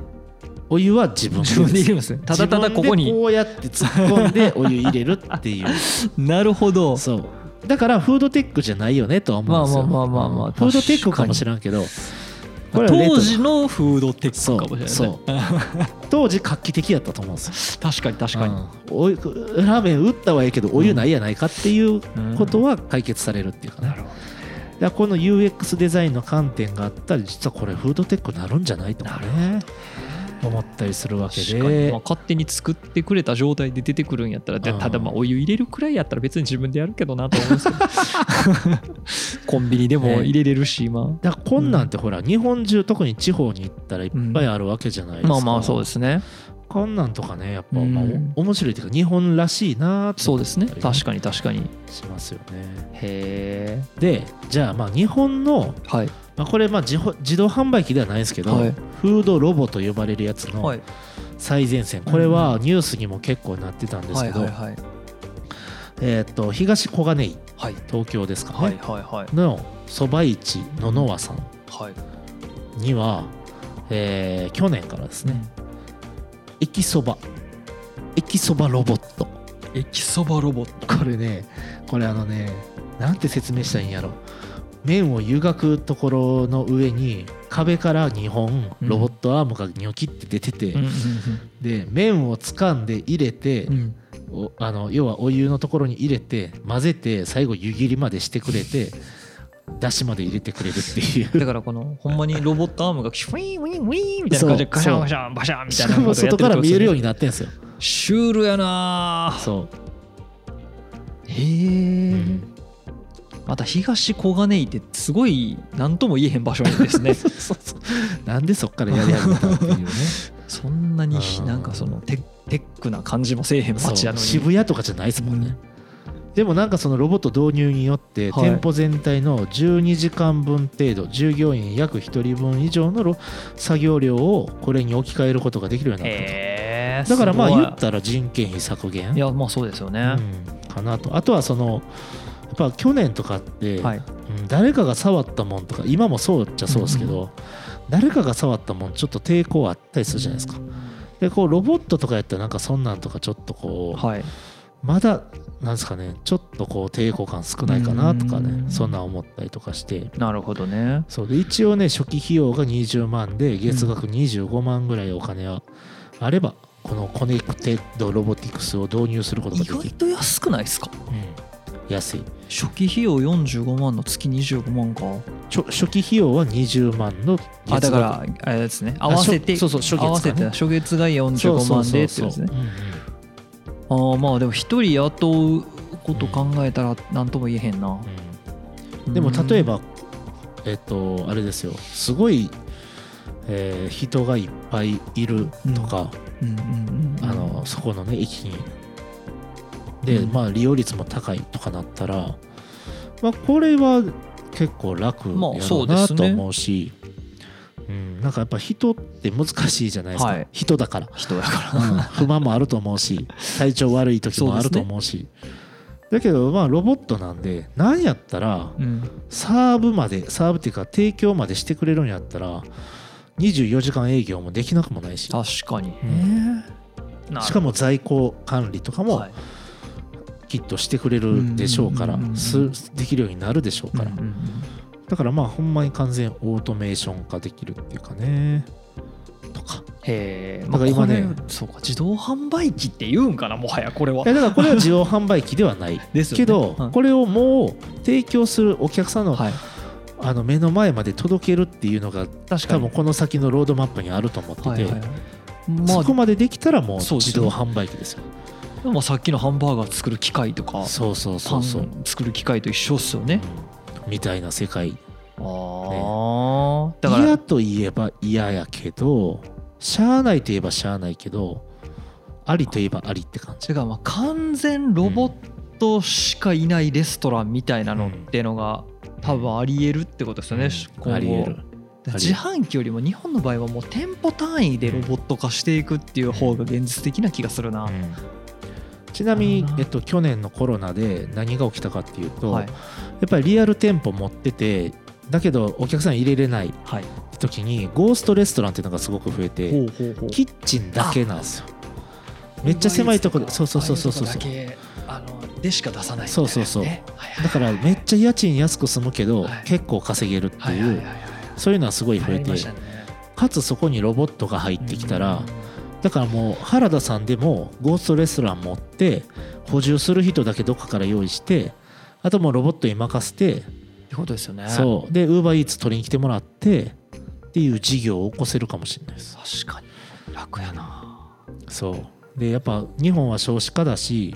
[SPEAKER 3] お湯は自分
[SPEAKER 2] 自分で
[SPEAKER 3] で
[SPEAKER 2] 入れるんですねただただ
[SPEAKER 3] 自分
[SPEAKER 2] こ
[SPEAKER 3] で
[SPEAKER 2] こに
[SPEAKER 3] こうやって突っ込んでお湯入れるっていう
[SPEAKER 2] なるほど
[SPEAKER 3] そうだからフードテックじゃないよねとは思うんですよ
[SPEAKER 2] まあまあまあまあまあ
[SPEAKER 3] うんフードテックかもしらんけどこれはレトロ
[SPEAKER 2] 当時のフードテッ
[SPEAKER 3] そ
[SPEAKER 2] クかもしれないうね
[SPEAKER 3] そう当時画期的やったと思うんですよ
[SPEAKER 2] 確かに確かに、
[SPEAKER 3] うんお湯ラーメン打ったはええけどお湯ないやないかっていうことは解決されるっていうかね、
[SPEAKER 2] るほ
[SPEAKER 3] だからこの UX デザインの観点があったり実はこれフードテックになるんじゃないとかね思ったりするわけ
[SPEAKER 2] 確かに、
[SPEAKER 3] で
[SPEAKER 2] まあ、勝手に作ってくれた状態で出てくるんやったらで
[SPEAKER 3] うん
[SPEAKER 2] ただまあお湯入れるくらいやったら別に自分でやるけどなと思うんですけど コンビニでも入れれるし今
[SPEAKER 3] だからこんなんってほら日本中特に地方に行ったらいっぱいあるわけじゃないですか、
[SPEAKER 2] まあまあそうですね
[SPEAKER 3] こんなんとかねやっぱ、
[SPEAKER 2] うん
[SPEAKER 3] まあ、お面白いというか日本らしいなと
[SPEAKER 2] そうですね
[SPEAKER 3] うん
[SPEAKER 2] 確かに確かに
[SPEAKER 3] しますよね
[SPEAKER 2] へえ
[SPEAKER 3] でじゃあまあ日本の、
[SPEAKER 2] はい
[SPEAKER 3] まあ、これまあ自ほ自動販売機ではないですけど、
[SPEAKER 2] はい
[SPEAKER 3] フードロボと呼ばれるやつ
[SPEAKER 2] は
[SPEAKER 3] の
[SPEAKER 2] い
[SPEAKER 3] 最前線、これはニュースにも結構なってたんです
[SPEAKER 2] は
[SPEAKER 3] け
[SPEAKER 2] い
[SPEAKER 3] ど、
[SPEAKER 2] はいはい
[SPEAKER 3] えー、と東小金井
[SPEAKER 2] はい
[SPEAKER 3] 東京ですかね、
[SPEAKER 2] はいはいはい
[SPEAKER 3] のそば市ののわさん
[SPEAKER 2] はい
[SPEAKER 3] には、えー去年からですね
[SPEAKER 2] ね
[SPEAKER 3] 駅そば駅そばロボット
[SPEAKER 2] 駅そばロボット
[SPEAKER 3] これねこれあのねなんて説明したらいいんやろ麺を湯がくところの上に壁から2本
[SPEAKER 2] うん
[SPEAKER 3] ロボットアームがニョキって出てて、
[SPEAKER 2] うんうん
[SPEAKER 3] で麺を掴んで入れて、
[SPEAKER 2] うんうん
[SPEAKER 3] おあの要はお湯のところに入れて混ぜて最後湯切りまでしてくれてだしまで入れてくれるっていう
[SPEAKER 2] だからこのほんまにロボットアームがキュイーンウィンウィーンみたいな感じで
[SPEAKER 3] そう
[SPEAKER 2] ガシャンガシャンバシャン みた
[SPEAKER 3] し
[SPEAKER 2] いな
[SPEAKER 3] かも外から見えるようになってんですよ
[SPEAKER 2] うにシュールやなあ
[SPEAKER 3] そ
[SPEAKER 2] へ
[SPEAKER 3] う、
[SPEAKER 2] え、
[SPEAKER 3] うん
[SPEAKER 2] また東小金井ってすごい何とも言えへん場所です ね
[SPEAKER 3] そうそうなんでそっからやり始めたっていうね
[SPEAKER 2] そんなに
[SPEAKER 3] うん
[SPEAKER 2] なんかそのテテックな感じもせえへん
[SPEAKER 3] そう
[SPEAKER 2] 街やのに
[SPEAKER 3] 渋谷とかじゃないですもんね、でもなんかそのロボット導入によって
[SPEAKER 2] はい
[SPEAKER 3] 店舗全体の12時間分程度従業員約1人分以上のロ作業量をこれに置き換えることができるようになったと
[SPEAKER 2] へえ
[SPEAKER 3] だからまあ
[SPEAKER 2] すごい
[SPEAKER 3] 言ったら人件費削減
[SPEAKER 2] いやまあそうですよ
[SPEAKER 3] う
[SPEAKER 2] ね、
[SPEAKER 3] んかなとあとはそのやっぱ去年とかって、
[SPEAKER 2] はい
[SPEAKER 3] うん誰かが触ったもんとか今もそうっちゃそうですけど、誰かが触ったもんちょっと抵抗あったりするじゃないですかでこうロボットとかやったらなんかそんなんとかちょっとこう、
[SPEAKER 2] はい
[SPEAKER 3] まだなんですかねちょっとこう抵抗感少ないかなとか
[SPEAKER 2] う
[SPEAKER 3] ね
[SPEAKER 2] ん
[SPEAKER 3] そんなん思ったりとかして
[SPEAKER 2] なるほどね
[SPEAKER 3] そうで一応ね初期費用が20万で月額25万ぐらいお金はあればこのコネクテッドロボティクスを導入することが
[SPEAKER 2] 意
[SPEAKER 3] でき
[SPEAKER 2] 外
[SPEAKER 3] る、
[SPEAKER 2] と安くないですか
[SPEAKER 3] うん安い
[SPEAKER 2] 初期費用45万の月25万か
[SPEAKER 3] ちょ初期費用は20万の月額
[SPEAKER 2] あだからあれですね合わせて
[SPEAKER 3] そうそう初月かね
[SPEAKER 2] 合わせて初月が45
[SPEAKER 3] そうそう
[SPEAKER 2] 万
[SPEAKER 3] そ
[SPEAKER 2] でっ
[SPEAKER 3] う
[SPEAKER 2] て
[SPEAKER 3] そ
[SPEAKER 2] や
[SPEAKER 3] う
[SPEAKER 2] つね
[SPEAKER 3] うんうん
[SPEAKER 2] あーまあでも一人雇うこと考えたら何とも言えへんな、
[SPEAKER 3] でも例え
[SPEAKER 2] う
[SPEAKER 3] ばえっとあれですよすごい、えー人がいっぱいいるとか、
[SPEAKER 2] ん、うんうんうん
[SPEAKER 3] あのそこのね駅にで、
[SPEAKER 2] うん
[SPEAKER 3] まあ利用率も高いとかなったら、まあ、これは結構楽や
[SPEAKER 2] まあそ
[SPEAKER 3] ろう
[SPEAKER 2] うで
[SPEAKER 3] な
[SPEAKER 2] すね
[SPEAKER 3] と思うし、うん、なんかやっぱ人って難しいじゃないですか、
[SPEAKER 2] はい
[SPEAKER 3] 人だから、
[SPEAKER 2] 人だか
[SPEAKER 3] うん 不満もあると思うし体調悪い時もあると思うし。だけどまあロボットなんでなんやったら
[SPEAKER 2] ら、うん、
[SPEAKER 3] サーブまでサーブっていうか提供までしてくれるんやったら24時間営業もできなくもないし
[SPEAKER 2] 確かに、
[SPEAKER 3] う
[SPEAKER 2] ね
[SPEAKER 3] ん
[SPEAKER 2] なるほど
[SPEAKER 3] しかも在庫管理とかも
[SPEAKER 2] い
[SPEAKER 3] きっとしてくれるでしょうから
[SPEAKER 2] うんうんうん
[SPEAKER 3] すできるようになるでしょうから
[SPEAKER 2] うんうんうん
[SPEAKER 3] だからまあほんまに完全オートメーション化できるっていうかねとか
[SPEAKER 2] へえ、
[SPEAKER 3] だから今ね
[SPEAKER 2] これそうか自動販売機って言うんかなもはやこれはい
[SPEAKER 3] やだからこれは自動販売機で はない
[SPEAKER 2] ですよね
[SPEAKER 3] けど
[SPEAKER 2] うん
[SPEAKER 3] これをもう提供するお客さんの
[SPEAKER 2] はい
[SPEAKER 3] あの目の前まで届けるっていうのが
[SPEAKER 2] 確か
[SPEAKER 3] 多
[SPEAKER 2] に
[SPEAKER 3] 分この先のロードマップにあると思って
[SPEAKER 2] はいはい
[SPEAKER 3] て
[SPEAKER 2] はいま
[SPEAKER 3] そ
[SPEAKER 2] あ
[SPEAKER 3] こまでできたらもう
[SPEAKER 2] そうです
[SPEAKER 3] 自
[SPEAKER 2] よ
[SPEAKER 3] 動販売機ですよ
[SPEAKER 2] でもさっきのハンバーガー作る機械とか
[SPEAKER 3] そうそうそ
[SPEAKER 2] パ
[SPEAKER 3] うそう、
[SPEAKER 2] ン作る機械と一緒っすよね、
[SPEAKER 3] うんみたいな世界
[SPEAKER 2] ああだから
[SPEAKER 3] 嫌といえば嫌やけどしゃあないといえばしゃあないけどありといえばありって感じ
[SPEAKER 2] 違うまあ完全ロボットしかいないレストランみたいなのってのが多分ありえるってことですよね、今後
[SPEAKER 3] ありえるあり
[SPEAKER 2] 自販機よりも日本の場合はもう店舗単位でロボット化していくっていう方が現実的な気がするな、
[SPEAKER 3] うんちなみに
[SPEAKER 2] あ、ー
[SPEAKER 3] えっと、去年のコロナで何が起きたかっていうと、
[SPEAKER 2] はい
[SPEAKER 3] やっぱりリアル店舗持っててだけどお客さん入れれない
[SPEAKER 2] はい
[SPEAKER 3] 時にゴーストレストランっていうのがすごく増えて
[SPEAKER 2] ほうほうほう
[SPEAKER 3] キッチンだけなんですよめっちゃ狭いとこでそうそうそうそうそう
[SPEAKER 2] ああいうとこだけあのでしか出さないみたいな
[SPEAKER 3] そうそうそう
[SPEAKER 2] ねはいはい
[SPEAKER 3] だからめっちゃ家賃安く済むけど、
[SPEAKER 2] はい
[SPEAKER 3] 結構稼げるって
[SPEAKER 2] はい
[SPEAKER 3] い
[SPEAKER 2] は
[SPEAKER 3] う、
[SPEAKER 2] いはいはい
[SPEAKER 3] そういうのはすごい増え
[SPEAKER 2] あり
[SPEAKER 3] て、
[SPEAKER 2] ましたね
[SPEAKER 3] かつそこにロボットが入ってきたら、だからもう原田さんでもゴーストレストラン持って補充する人だけどっかから用意してあともうロボットに任せて、
[SPEAKER 2] うんってことですよね
[SPEAKER 3] そうでウーバーイーツ取りに来てもらってっていう事業を起こせるかもしれないです
[SPEAKER 2] 確かに楽やな、
[SPEAKER 3] そうでやっぱ日本は少子化だし、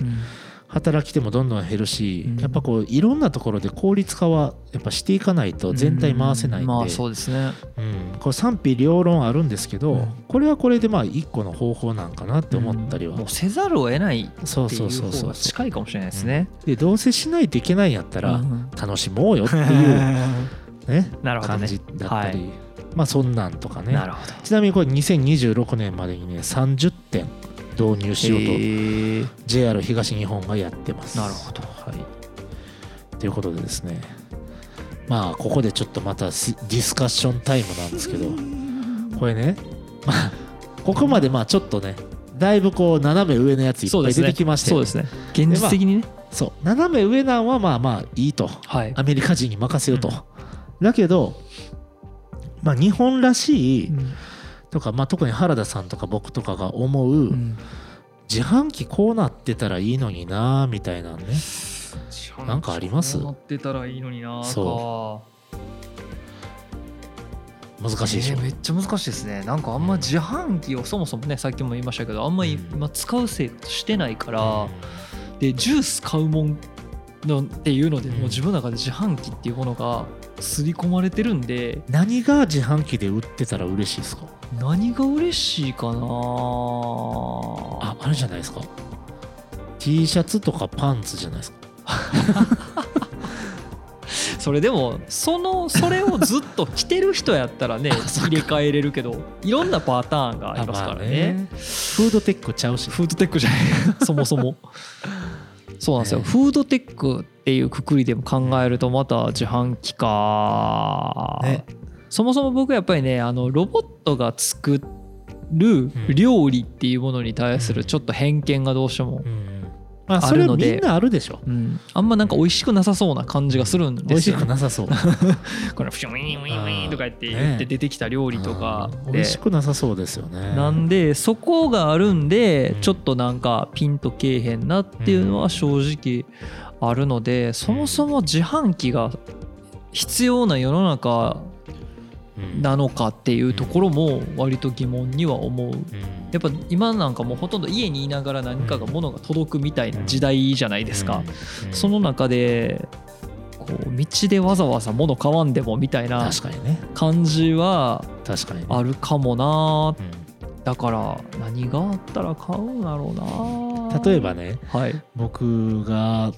[SPEAKER 3] 働き手もどんどん減るし、
[SPEAKER 2] うん
[SPEAKER 3] やっぱこういろんなところで効率化はやっぱしていかないと全体回せないんで、
[SPEAKER 2] まあそうですね
[SPEAKER 3] うん、これ賛否両論あるんですけど、
[SPEAKER 2] うん
[SPEAKER 3] これはこれでまあ一個の方法なんかなって思ったりは、
[SPEAKER 2] うんもうせざるを得ないって
[SPEAKER 3] そう
[SPEAKER 2] い
[SPEAKER 3] そううそう
[SPEAKER 2] 方
[SPEAKER 3] そ
[SPEAKER 2] が
[SPEAKER 3] う
[SPEAKER 2] 近いかもしれないですね
[SPEAKER 3] でどうせしないといけないんやったら、
[SPEAKER 2] うん
[SPEAKER 3] 楽しもうよっていう、 ね
[SPEAKER 2] なるほどね
[SPEAKER 3] 感じだったり、
[SPEAKER 2] は
[SPEAKER 3] まあそんなんとかね
[SPEAKER 2] なるほど
[SPEAKER 3] ちなみにこれ2026年までにね30点導入しようと、
[SPEAKER 2] へえ
[SPEAKER 3] JR 東日本がやってます
[SPEAKER 2] なるほど
[SPEAKER 3] はいということでですねまあここでちょっとまたスディスカッションタイムなんですけどこれねまあここまでまあちょっとねだいぶこう斜め上のやついっ
[SPEAKER 2] そう
[SPEAKER 3] ぱ
[SPEAKER 2] で
[SPEAKER 3] い
[SPEAKER 2] す
[SPEAKER 3] 出
[SPEAKER 2] ね
[SPEAKER 3] てきました
[SPEAKER 2] そう
[SPEAKER 3] よ
[SPEAKER 2] ですね現実的にね
[SPEAKER 3] そう斜め上なんはまあまあいいと
[SPEAKER 2] はい
[SPEAKER 3] アメリカ人に任せようと、だけどまあ日本らしいとか、まあ、特に原田さんとか僕とかが思う、
[SPEAKER 2] うん
[SPEAKER 3] 自販機こうなってたらいいのになみたいなねなんかあります
[SPEAKER 2] そうなってたらいいのにな
[SPEAKER 3] そ
[SPEAKER 2] そ
[SPEAKER 3] 難しいでしょ、
[SPEAKER 2] めっちゃ難しいですねなんかあんま自販機をそもそもねさっきも言いましたけどあんまり
[SPEAKER 3] うん
[SPEAKER 2] 今使うせいしてないから、
[SPEAKER 3] うん
[SPEAKER 2] でジュース買うもんのっていうので、
[SPEAKER 3] うん
[SPEAKER 2] もう自分の中で自販機っていうものが刷り込まれてるんで
[SPEAKER 3] 何が自販機で売ってたら嬉しいですか
[SPEAKER 2] 何が嬉しいかな
[SPEAKER 3] ああれじゃないですか T シャツとかパンツじゃないですか
[SPEAKER 2] それでもそのそれをずっと着てる人やった らね
[SPEAKER 3] そっか
[SPEAKER 2] 入れ替えれるけどいろんなパターンがありますからね
[SPEAKER 3] あまあねフードテックちゃうし
[SPEAKER 2] フードテックじゃ ないそもそもそうなんですよ、
[SPEAKER 3] ね
[SPEAKER 2] フードテックっていうくくりでも考えるとまた自販機か、
[SPEAKER 3] ね
[SPEAKER 2] そもそも僕はやっぱりねあのロボットが作る料理っていうものに対するちょっと偏見がどうしても、
[SPEAKER 3] うんまあ
[SPEAKER 2] あ
[SPEAKER 3] それ
[SPEAKER 2] るので
[SPEAKER 3] みんなあるでしょ
[SPEAKER 2] うん、あんまなんか美味しくなさそうな感じがするん
[SPEAKER 3] 美
[SPEAKER 2] で
[SPEAKER 3] 味
[SPEAKER 2] す
[SPEAKER 3] し
[SPEAKER 2] よ、
[SPEAKER 3] くなさそう
[SPEAKER 2] このフシュウィンウィンウィンとか言って
[SPEAKER 3] ね
[SPEAKER 2] 言って出てきた料理とか
[SPEAKER 3] うん美
[SPEAKER 2] で
[SPEAKER 3] 味しくなさそうですよね
[SPEAKER 2] なんでそこがあるんで
[SPEAKER 3] うん
[SPEAKER 2] ちょっとなんかピンとけえへんなっていうのは正直あるのでそもそも自販機が必要な世の中なのかっていうところも割と疑問には思うやっぱ今なんかもうほとんど家にいながら何かが物が届くみたいな時代じゃないですかその中でこう道でわざわざ物買わんでもみたいな
[SPEAKER 3] 確かにね
[SPEAKER 2] 感じは
[SPEAKER 3] 確かにね
[SPEAKER 2] あるかもなだから何があったら買うんだろうな
[SPEAKER 3] 例えばね
[SPEAKER 2] はい
[SPEAKER 3] 僕が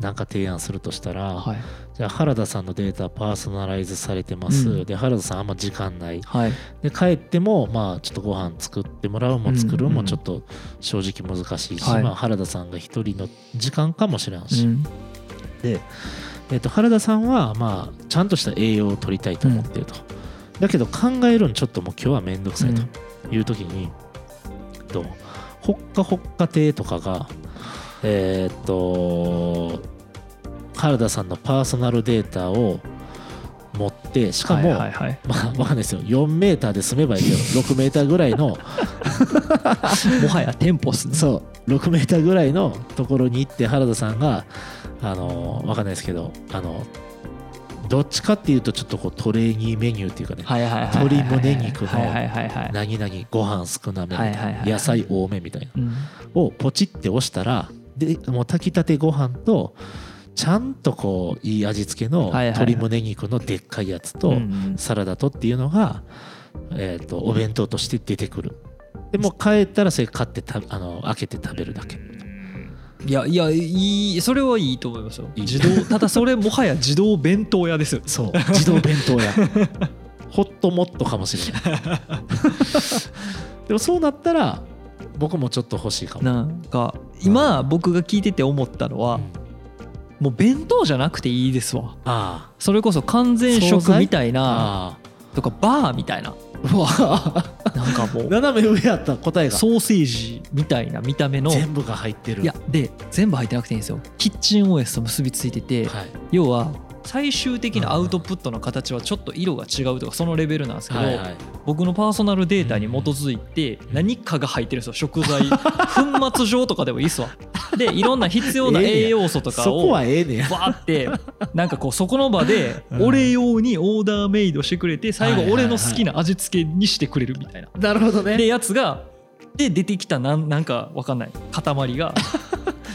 [SPEAKER 3] なんか提案するとしたら、
[SPEAKER 2] はい
[SPEAKER 3] じゃあ原田さんのデータパーソナライズされてます、
[SPEAKER 2] うん
[SPEAKER 3] で原田さんあんま時間ない
[SPEAKER 2] はい
[SPEAKER 3] で帰ってもまあちょっとご飯作ってもらうも作る
[SPEAKER 2] うんう
[SPEAKER 3] も
[SPEAKER 2] ん
[SPEAKER 3] ちょっと正直難しいし、
[SPEAKER 2] はい
[SPEAKER 3] まあ、原田さんが一人の時間かもしれんし、
[SPEAKER 2] うん
[SPEAKER 3] えっと原田さんはまあちゃんとした栄養を取りたいと思ってると、だけど考えるのちょっともう今日は面倒くさいという時に、とほっかほっか亭とかがえーっと原田さんのパーソナルデータを持ってしかも、
[SPEAKER 2] はいはいはい
[SPEAKER 3] まあ、わかんないですよ4メーターで済めばい いけど6メーターぐらいの
[SPEAKER 2] もはや店舗っすね
[SPEAKER 3] そう6メーターぐらいのところに行って原田さんがあのわかんないですけどあのどっちかっていうとちょっとこうトレーニーメニューっていうかね
[SPEAKER 2] はいはいはいはい
[SPEAKER 3] 鶏胸肉の
[SPEAKER 2] はいはいはいはい
[SPEAKER 3] 何々ご飯少なめみた
[SPEAKER 2] は
[SPEAKER 3] い
[SPEAKER 2] いはい
[SPEAKER 3] な
[SPEAKER 2] はい
[SPEAKER 3] 野菜多めみたいな
[SPEAKER 2] うん
[SPEAKER 3] をポチって押したらでもう炊きたてご飯とちゃんとこういい味付け
[SPEAKER 2] はい
[SPEAKER 3] の
[SPEAKER 2] はいはい
[SPEAKER 3] 鶏胸肉のでっかいやつと、
[SPEAKER 2] うんうん
[SPEAKER 3] サラダとっていうのが、えー、とお弁当として出てくるでもう帰ったらそれ買ってたあの開けて食べるだけ
[SPEAKER 2] いやいやいいそれはいいと思いますよ
[SPEAKER 3] いい
[SPEAKER 2] 自動ただそれもはや自動弁当屋ですよ
[SPEAKER 3] そう自動弁 当屋ホットモットかもしれないでもそうなったら僕もちょっと欲しいかも
[SPEAKER 2] なんか今僕が聞いてて思ったの
[SPEAKER 3] う
[SPEAKER 2] は
[SPEAKER 3] ん
[SPEAKER 2] もう弁当じゃなくていいですわ
[SPEAKER 3] あ
[SPEAKER 2] それこそ完全
[SPEAKER 3] 惣
[SPEAKER 2] 食
[SPEAKER 3] 菜
[SPEAKER 2] みたいな
[SPEAKER 3] ああ
[SPEAKER 2] とかバーみたいな
[SPEAKER 3] あうわ
[SPEAKER 2] なんかもう
[SPEAKER 3] 斜め上やった答えが
[SPEAKER 2] ソーセージみたいな見た目のい
[SPEAKER 3] 全部が入ってる
[SPEAKER 2] やで全部入ってなくていいんですよキッチン OS と結びついてて
[SPEAKER 3] はい
[SPEAKER 2] 要は最終的なアウトプットの形はちょっと色が違うとかそのレベルなんですけど、
[SPEAKER 3] はいはい
[SPEAKER 2] 僕のパーソナルデータに基づいて
[SPEAKER 3] ん
[SPEAKER 2] 何かが入ってるんですよ食材粉末状とかでもいいっ すわでいろんな必要な
[SPEAKER 3] ええねや
[SPEAKER 2] 栄養素と
[SPEAKER 3] そ
[SPEAKER 2] か
[SPEAKER 3] こ
[SPEAKER 2] をバ
[SPEAKER 3] はええねや
[SPEAKER 2] ーってなんかこうそこの場で
[SPEAKER 3] うん
[SPEAKER 2] 俺用にオーダーメイドしてくれて最
[SPEAKER 3] は
[SPEAKER 2] 後
[SPEAKER 3] いはいはい
[SPEAKER 2] 俺の好きな味付けにしてくれるみたいな
[SPEAKER 3] なるほど
[SPEAKER 2] で
[SPEAKER 3] ね
[SPEAKER 2] やつがで出てきたなんなんかわかんない塊が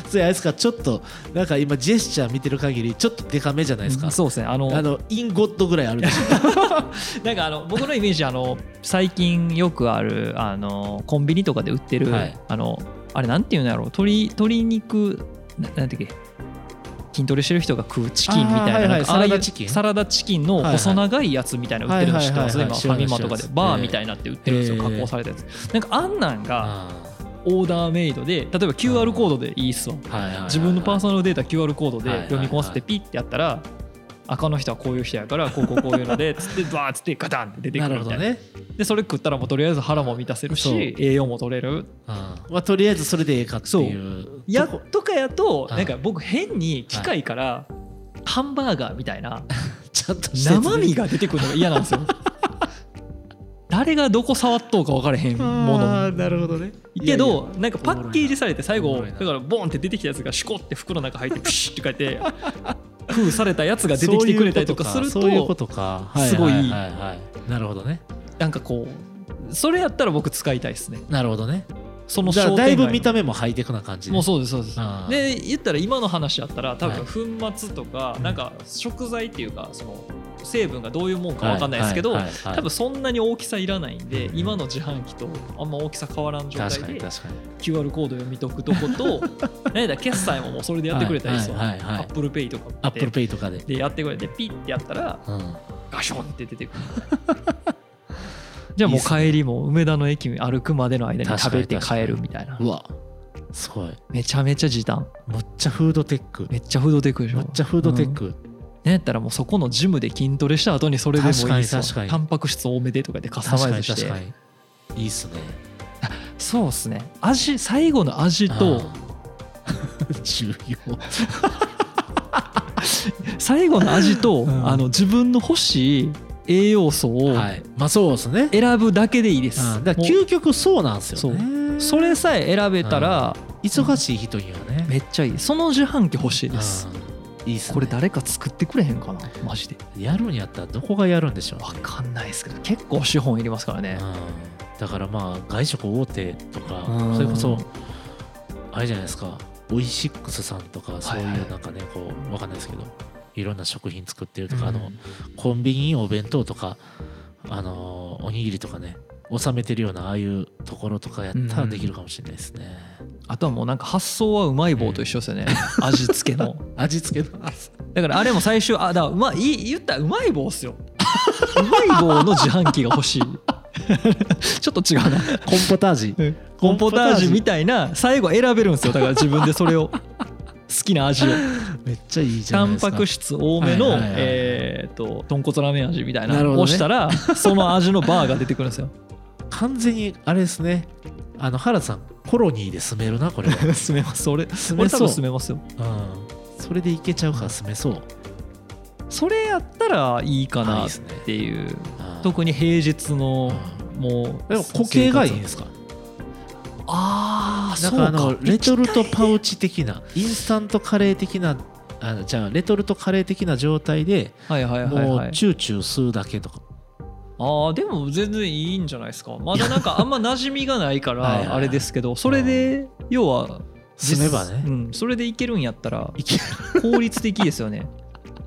[SPEAKER 3] それあれですかちょっとなんか今ジェスチャー見てる限りちょっとデカめじゃないですか
[SPEAKER 2] そうですねあの
[SPEAKER 3] あのインゴットぐらいあるでしょ。
[SPEAKER 2] なんかあの僕のイメージあの最近よくあるあのコンビニとかで売ってる、
[SPEAKER 3] はい
[SPEAKER 2] あのあれなんていうんだろう鶏鶏肉ななんていうっけ筋トレしてる人が食うチキンみたいな
[SPEAKER 3] あーはいはい
[SPEAKER 2] なんかああいう
[SPEAKER 3] サラダチキン
[SPEAKER 2] サラダチキンの細長いやつみたいなの売ってるの知ってます
[SPEAKER 3] は
[SPEAKER 2] 今ファ
[SPEAKER 3] いはいはいはい
[SPEAKER 2] ミマとかで
[SPEAKER 3] 知らない
[SPEAKER 2] バーみたいになって売ってるんです
[SPEAKER 3] え
[SPEAKER 2] よ
[SPEAKER 3] え
[SPEAKER 2] 加工されたやつなんかあんなんが
[SPEAKER 3] あ
[SPEAKER 2] オーダーメイドで例えば QR コードでいいっすわ
[SPEAKER 3] ーはいはいはい
[SPEAKER 2] 自分のパーソナルデータ QR コードで読み込ませ
[SPEAKER 3] はいはいは
[SPEAKER 2] て
[SPEAKER 3] い
[SPEAKER 2] ピッてやったら赤の人はこういう人やからこうこうこういうの でつってバーっつってガタンって出てく
[SPEAKER 3] な
[SPEAKER 2] る
[SPEAKER 3] る
[SPEAKER 2] み
[SPEAKER 3] ほ
[SPEAKER 2] た
[SPEAKER 3] ど
[SPEAKER 2] いな、
[SPEAKER 3] ね。
[SPEAKER 2] でそれ食ったらもうとりあえず腹も満たせる
[SPEAKER 3] そう
[SPEAKER 2] し栄養も取れる
[SPEAKER 3] あーまあとりあえずそれでええかっていう。
[SPEAKER 2] や
[SPEAKER 3] とこ
[SPEAKER 2] とかやと
[SPEAKER 3] はい
[SPEAKER 2] なんか僕変に機械からハンバーガーみたい な
[SPEAKER 3] ちゃんとして
[SPEAKER 2] 生身が出てくるのが嫌なんです よ誰がどこ触っとうか分からへんも
[SPEAKER 3] あ
[SPEAKER 2] の
[SPEAKER 3] ーなるほどね。
[SPEAKER 2] け
[SPEAKER 3] いや
[SPEAKER 2] どなんかパッケージされて最
[SPEAKER 3] おも
[SPEAKER 2] 後
[SPEAKER 3] ろい
[SPEAKER 2] だ
[SPEAKER 3] な
[SPEAKER 2] からボンって出てきたやつがシュコって袋の中入ってプシュって書いて 封されたやつが
[SPEAKER 3] いや
[SPEAKER 2] 出てきてくれたりとかする
[SPEAKER 3] そういうこととか。
[SPEAKER 2] すごい
[SPEAKER 3] ははははいなるほどね。
[SPEAKER 2] なんかこうそれやったら僕使いたいですね
[SPEAKER 3] なるほどね。
[SPEAKER 2] その
[SPEAKER 3] じゃ
[SPEAKER 2] 商店
[SPEAKER 3] あだ
[SPEAKER 2] 街
[SPEAKER 3] い
[SPEAKER 2] の
[SPEAKER 3] ぶ見た目もハイテクな感じで。
[SPEAKER 2] もうそうですそうです
[SPEAKER 3] あー
[SPEAKER 2] で言ったら今の話やったら多分粉末とかなんか食材っていうかその成分がどういうもんか
[SPEAKER 3] はい
[SPEAKER 2] わかんないですけど
[SPEAKER 3] はいはいはい
[SPEAKER 2] 多分そんなに大きさいらないんで今の自販機とあんま大きさ変わらん状態
[SPEAKER 3] 確かに
[SPEAKER 2] で
[SPEAKER 3] 確かに。
[SPEAKER 2] QR コード読み解くとこと 何だ決済ももうそれでやってくれたりそう
[SPEAKER 3] はいはいはいはい
[SPEAKER 2] ApplePay とか
[SPEAKER 3] アップルペイとかで。
[SPEAKER 2] でやってくれてピッてやったら
[SPEAKER 3] うん
[SPEAKER 2] ガションって出て くるじゃあもう帰りも梅田の駅に歩くまでの間に食べて帰るみたいな
[SPEAKER 3] うわすごい。
[SPEAKER 2] めちゃめちゃ時短
[SPEAKER 3] むっちゃフードテック。
[SPEAKER 2] めっちゃフードテックでしょ
[SPEAKER 3] むっちゃフードテッ
[SPEAKER 2] うん
[SPEAKER 3] ク。
[SPEAKER 2] なんやったらもうそこのジムで筋トレした後にそれでもいいですわ
[SPEAKER 3] 確かに確かに
[SPEAKER 2] タンパク質多めでとかでカスタ
[SPEAKER 3] 確
[SPEAKER 2] マ
[SPEAKER 3] か
[SPEAKER 2] イズ
[SPEAKER 3] に
[SPEAKER 2] し
[SPEAKER 3] 確
[SPEAKER 2] て
[SPEAKER 3] かに。いいっすね。
[SPEAKER 2] そうですね味最後の味 と
[SPEAKER 3] あー重要。
[SPEAKER 2] 最後の味と、
[SPEAKER 3] うん
[SPEAKER 2] あの自分の欲しい栄養素を
[SPEAKER 3] はい、まあそうですね、
[SPEAKER 2] 選ぶだけでいいです、
[SPEAKER 3] うん、だから
[SPEAKER 2] も
[SPEAKER 3] 究極そうなんですよね
[SPEAKER 2] うそれさえ選べたら
[SPEAKER 3] 忙しい人にはね
[SPEAKER 2] めっちゃいいその自販機欲しいです
[SPEAKER 3] うんいいっすね
[SPEAKER 2] これ誰か作ってくれへんかなマジで
[SPEAKER 3] やるんやったらどこがやるんでしょうね、
[SPEAKER 2] 分かんないですけど結構資本いりますからね
[SPEAKER 3] うんだからまあ外食大手とか
[SPEAKER 2] うん
[SPEAKER 3] それこそあれじゃないですかオイシックスさんとかそうい
[SPEAKER 2] はいはいう
[SPEAKER 3] なんかねこうわかんないですけどいろんな食品作ってると
[SPEAKER 2] うん
[SPEAKER 3] かあのコンビニお弁当とかあのおにぎりとかね納めてるようなああいうところとかやった
[SPEAKER 2] う
[SPEAKER 3] ら
[SPEAKER 2] ん
[SPEAKER 3] できるかもしれないですね
[SPEAKER 2] あとはもうなんか発想はうまい棒と一緒ですよね味付け の
[SPEAKER 3] 味付けの
[SPEAKER 2] だからあれも最終あだからうまいい言ったらうまい棒っすようまい棒の自販機が欲しい ちょっと違うな
[SPEAKER 3] コンポタージュ
[SPEAKER 2] コンポタージュみ
[SPEAKER 3] 見
[SPEAKER 2] たいな最後選べるんですよだから自分でそれ を好きな味を
[SPEAKER 3] めっちゃいいじゃ
[SPEAKER 2] タ
[SPEAKER 3] ない
[SPEAKER 2] ン
[SPEAKER 3] ですか
[SPEAKER 2] パク質多めの
[SPEAKER 3] はいはいはい
[SPEAKER 2] えーと豚骨ラーメン味みたいな
[SPEAKER 3] なるほ
[SPEAKER 2] の
[SPEAKER 3] どね
[SPEAKER 2] をした らその味のバーが出てくるんですよ
[SPEAKER 3] 完全にあれですねあの原田さんコロニーで住めるなこれ は
[SPEAKER 2] 進めます俺
[SPEAKER 3] 住
[SPEAKER 2] 俺
[SPEAKER 3] め
[SPEAKER 2] 多
[SPEAKER 3] そう
[SPEAKER 2] 分進めますよ
[SPEAKER 3] うん、それでいけちゃうから住めそう
[SPEAKER 2] それやったらいいか
[SPEAKER 3] あいい
[SPEAKER 2] な
[SPEAKER 3] っ
[SPEAKER 2] っ
[SPEAKER 3] すね
[SPEAKER 2] ていう
[SPEAKER 3] あー
[SPEAKER 2] 特に平日の
[SPEAKER 3] う
[SPEAKER 2] もう
[SPEAKER 3] でも固形がいい
[SPEAKER 2] 生
[SPEAKER 3] んで
[SPEAKER 2] 活
[SPEAKER 3] すか
[SPEAKER 2] ああ
[SPEAKER 3] な
[SPEAKER 2] そ
[SPEAKER 3] ん
[SPEAKER 2] う
[SPEAKER 3] かあ
[SPEAKER 2] か
[SPEAKER 3] のレトルトパ
[SPEAKER 2] ウ
[SPEAKER 3] ウチ的なインスタントカレー的なあのじゃあレトルトカレー的な状態で
[SPEAKER 2] はいはいはい
[SPEAKER 3] も
[SPEAKER 2] は
[SPEAKER 3] う
[SPEAKER 2] い
[SPEAKER 3] チューチュー吸うだけとか
[SPEAKER 2] あーでも全然いいんじゃないですかまだなんかあんま馴染みがないか
[SPEAKER 3] はいはいはい
[SPEAKER 2] らあれですけどそれで要は
[SPEAKER 3] 住めばね
[SPEAKER 2] うん、それでいけるんやったら
[SPEAKER 3] いけ
[SPEAKER 2] 効率的です よね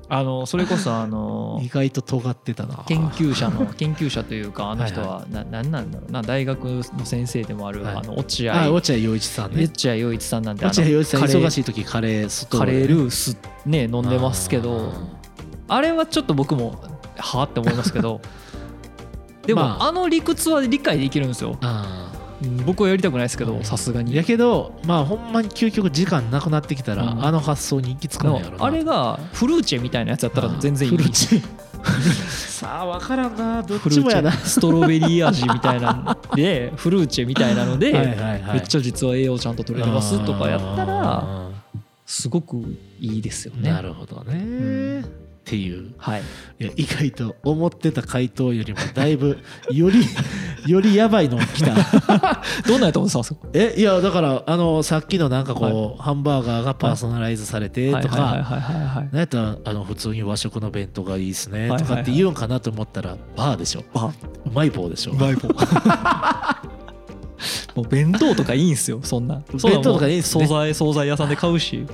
[SPEAKER 2] あのそれこそあの
[SPEAKER 3] 意外と尖ってたな
[SPEAKER 2] 研究者の研究者というかあの人
[SPEAKER 3] は
[SPEAKER 2] はな何なんだろうな大学の先生でもある、
[SPEAKER 3] はい
[SPEAKER 2] あの落合
[SPEAKER 3] あ落合陽一さんね
[SPEAKER 2] 落合陽一さんなんてあ
[SPEAKER 3] 落合陽一さん
[SPEAKER 2] カレー
[SPEAKER 3] 忙しい時カレー吸っと
[SPEAKER 2] カレー
[SPEAKER 3] ー
[SPEAKER 2] ルースね飲んでますけどあれはちょっと僕もはあって思いますけ どでも、
[SPEAKER 3] まあ
[SPEAKER 2] あ、の理屈は理解できるんですよ
[SPEAKER 3] あー
[SPEAKER 2] うん僕はやりたくないですけどさすがに
[SPEAKER 3] やけどまあほんまに究極時間なくなってきたら、
[SPEAKER 2] うん
[SPEAKER 3] あの発想に行き着く
[SPEAKER 2] で
[SPEAKER 3] の
[SPEAKER 2] も
[SPEAKER 3] やろな
[SPEAKER 2] あれがフルーチェみたいなやつだったら全然いい
[SPEAKER 3] フルーチェさあ分からんなどっ
[SPEAKER 2] フル
[SPEAKER 3] ち
[SPEAKER 2] ー
[SPEAKER 3] も
[SPEAKER 2] チ
[SPEAKER 3] やな
[SPEAKER 2] ェストロベリー味みたい なのでフルーチェみたいなので
[SPEAKER 3] はいはいはい
[SPEAKER 2] めっちゃ実は栄養ちゃんと取れてますとかやったら
[SPEAKER 3] あ
[SPEAKER 2] すごくいいですよ
[SPEAKER 3] ー
[SPEAKER 2] ね。
[SPEAKER 3] なるほどね、
[SPEAKER 2] ん
[SPEAKER 3] っていう
[SPEAKER 2] はい、
[SPEAKER 3] いや意外と思ってた回答よりもだいぶ よりよりやばいのが来 た
[SPEAKER 2] どんなやと思ってたんですか
[SPEAKER 3] えいやだからあのさっきのなんかこう、ハンバーガーがパーソナライズされてとか、
[SPEAKER 2] はいはいはいはいはいはい
[SPEAKER 3] なんやったらあの普通に和食の弁当がいいです
[SPEAKER 2] は
[SPEAKER 3] ね
[SPEAKER 2] いはい
[SPEAKER 3] と
[SPEAKER 2] はい
[SPEAKER 3] かって言うんかなと思ったらバーでしょ
[SPEAKER 2] あ
[SPEAKER 3] うまい棒でしょ
[SPEAKER 2] うまい棒 もう弁当とかいいんすよそんなそんなもう
[SPEAKER 3] 弁当とかいいんすね
[SPEAKER 2] 惣菜惣菜屋さんで買うし
[SPEAKER 3] 分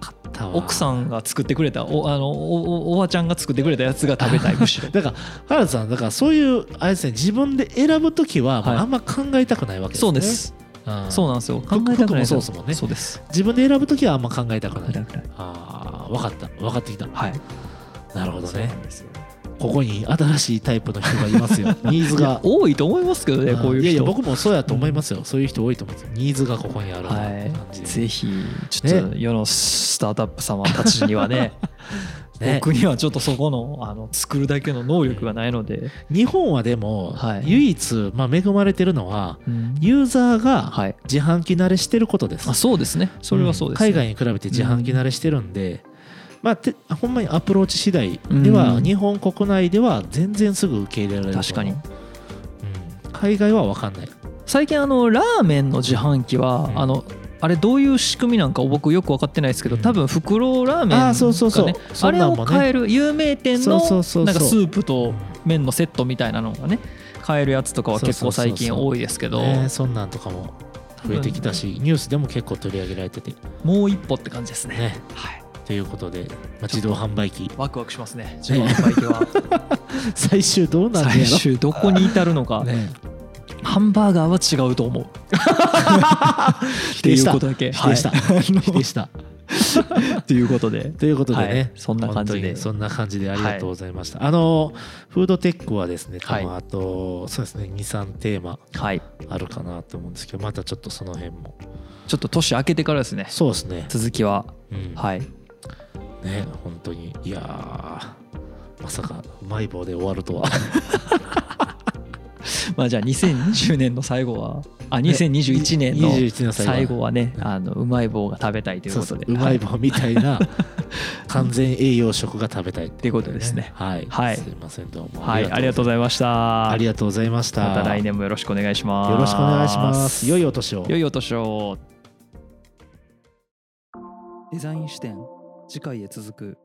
[SPEAKER 3] かったわ
[SPEAKER 2] 奥さんが作ってくれたおあのおおおばちゃんが作ってくれたやつが食べた いむしろ
[SPEAKER 3] だから原田さんだからそういうあれですね自分で選ぶ時はもう
[SPEAKER 2] はい
[SPEAKER 3] あんま考えたくないわけですね、
[SPEAKER 2] そうです
[SPEAKER 3] あー
[SPEAKER 2] そうなんですよ考えたくない
[SPEAKER 3] 僕もそうですもんね
[SPEAKER 2] そうです
[SPEAKER 3] 自分で選ぶ時はあんま考えたく
[SPEAKER 2] 考え
[SPEAKER 3] な
[SPEAKER 2] た
[SPEAKER 3] い
[SPEAKER 2] くない
[SPEAKER 3] ああ分かった分かってきた
[SPEAKER 2] はい
[SPEAKER 3] なるほど
[SPEAKER 2] そう
[SPEAKER 3] ね
[SPEAKER 2] なんですよ
[SPEAKER 3] ここに新しいタイプの人がいます よニーズが
[SPEAKER 2] 多いと思いますけどねこういう人
[SPEAKER 3] やいや僕もそうやと思いますよ、そういう人多いと思うんですよニーズがここにあるなって感
[SPEAKER 2] は
[SPEAKER 3] じ
[SPEAKER 2] い
[SPEAKER 3] で、
[SPEAKER 2] ぜひちょっと世のスタートアップ様たちにはね
[SPEAKER 3] ね
[SPEAKER 2] 僕にはちょっとそこのあの作るだけの能力がないので、
[SPEAKER 3] 日本はでも、
[SPEAKER 2] はい
[SPEAKER 3] 唯一、まあ、恵まれてるのはユーザーが
[SPEAKER 2] はい
[SPEAKER 3] 自販機慣れしてることです、
[SPEAKER 2] あそうですねそれはそうです、ね
[SPEAKER 3] ん海外に比べて自販機慣れしてるんで、まあ、てほんまにアプローチ次第では、
[SPEAKER 2] うん
[SPEAKER 3] 日本国内では全然すぐ受け入れられると思う
[SPEAKER 2] 確かに、
[SPEAKER 3] うん海外は分かんない
[SPEAKER 2] 最近あのラーメンの自販機は、
[SPEAKER 3] うん
[SPEAKER 2] あのあれどういう仕組みなんか僕よく分かってないですけど、
[SPEAKER 3] うん
[SPEAKER 2] 多分袋ラーメンが、ね、
[SPEAKER 3] あーそうそうそうそ
[SPEAKER 2] あ
[SPEAKER 3] ん
[SPEAKER 2] れ
[SPEAKER 3] なん
[SPEAKER 2] を
[SPEAKER 3] もね
[SPEAKER 2] 買える有名店の
[SPEAKER 3] そうそうそうそう
[SPEAKER 2] なんかスープと麺のセットみたいなのがね買えるやつとかは結構最近
[SPEAKER 3] そうそうそうそう
[SPEAKER 2] 多いですけど
[SPEAKER 3] ね、そんなんとかも増えてきたし、ニュースでも結構取り上げられてて
[SPEAKER 2] もう一歩って感じですね
[SPEAKER 3] ね
[SPEAKER 2] はい
[SPEAKER 3] ということで、まあ、自動販売機
[SPEAKER 2] ワクワクしますね自分のバイクは
[SPEAKER 3] 最終どうなんね
[SPEAKER 2] 最
[SPEAKER 3] やろ
[SPEAKER 2] 終どこに至るの か、
[SPEAKER 3] ね
[SPEAKER 2] ハンバーガーは違うと思う っていうことだけ
[SPEAKER 3] 否定した、
[SPEAKER 2] はい
[SPEAKER 3] 否定し た
[SPEAKER 2] っていうことで
[SPEAKER 3] ということでね、
[SPEAKER 2] はいそんな感じで
[SPEAKER 3] 本当にそんな感じでありがとうございました、あのフードテックはですね多分
[SPEAKER 2] は
[SPEAKER 3] あと、そうですね23テーマ
[SPEAKER 2] はい
[SPEAKER 3] あるかなと思うんですけどまたちょっとその辺も
[SPEAKER 2] ちょっと年明けてからですね
[SPEAKER 3] そうですね、
[SPEAKER 2] 続きは
[SPEAKER 3] うん
[SPEAKER 2] はい
[SPEAKER 3] ね本当にいやーまさかうまい棒で終わ るとは
[SPEAKER 2] まあじゃあ2020年の最後はあ
[SPEAKER 3] ね
[SPEAKER 2] 2021年の
[SPEAKER 3] 21の最後は
[SPEAKER 2] 最後はねあのうまい棒が食べたいという
[SPEAKER 3] そう
[SPEAKER 2] こ
[SPEAKER 3] そ
[SPEAKER 2] と
[SPEAKER 3] う
[SPEAKER 2] で
[SPEAKER 3] うまい
[SPEAKER 2] は
[SPEAKER 3] 棒みた いな完全栄養食が食べたいっ
[SPEAKER 2] ってことですね
[SPEAKER 3] はい、
[SPEAKER 2] はい
[SPEAKER 3] すいませんどうも
[SPEAKER 2] はいありがとうござ
[SPEAKER 3] い
[SPEAKER 2] いました
[SPEAKER 3] ありがとうございました
[SPEAKER 2] また来年もよろしくお願いします
[SPEAKER 3] よろしくお願いします良いお年を
[SPEAKER 2] 良いお年をデザイン視点次回へ続く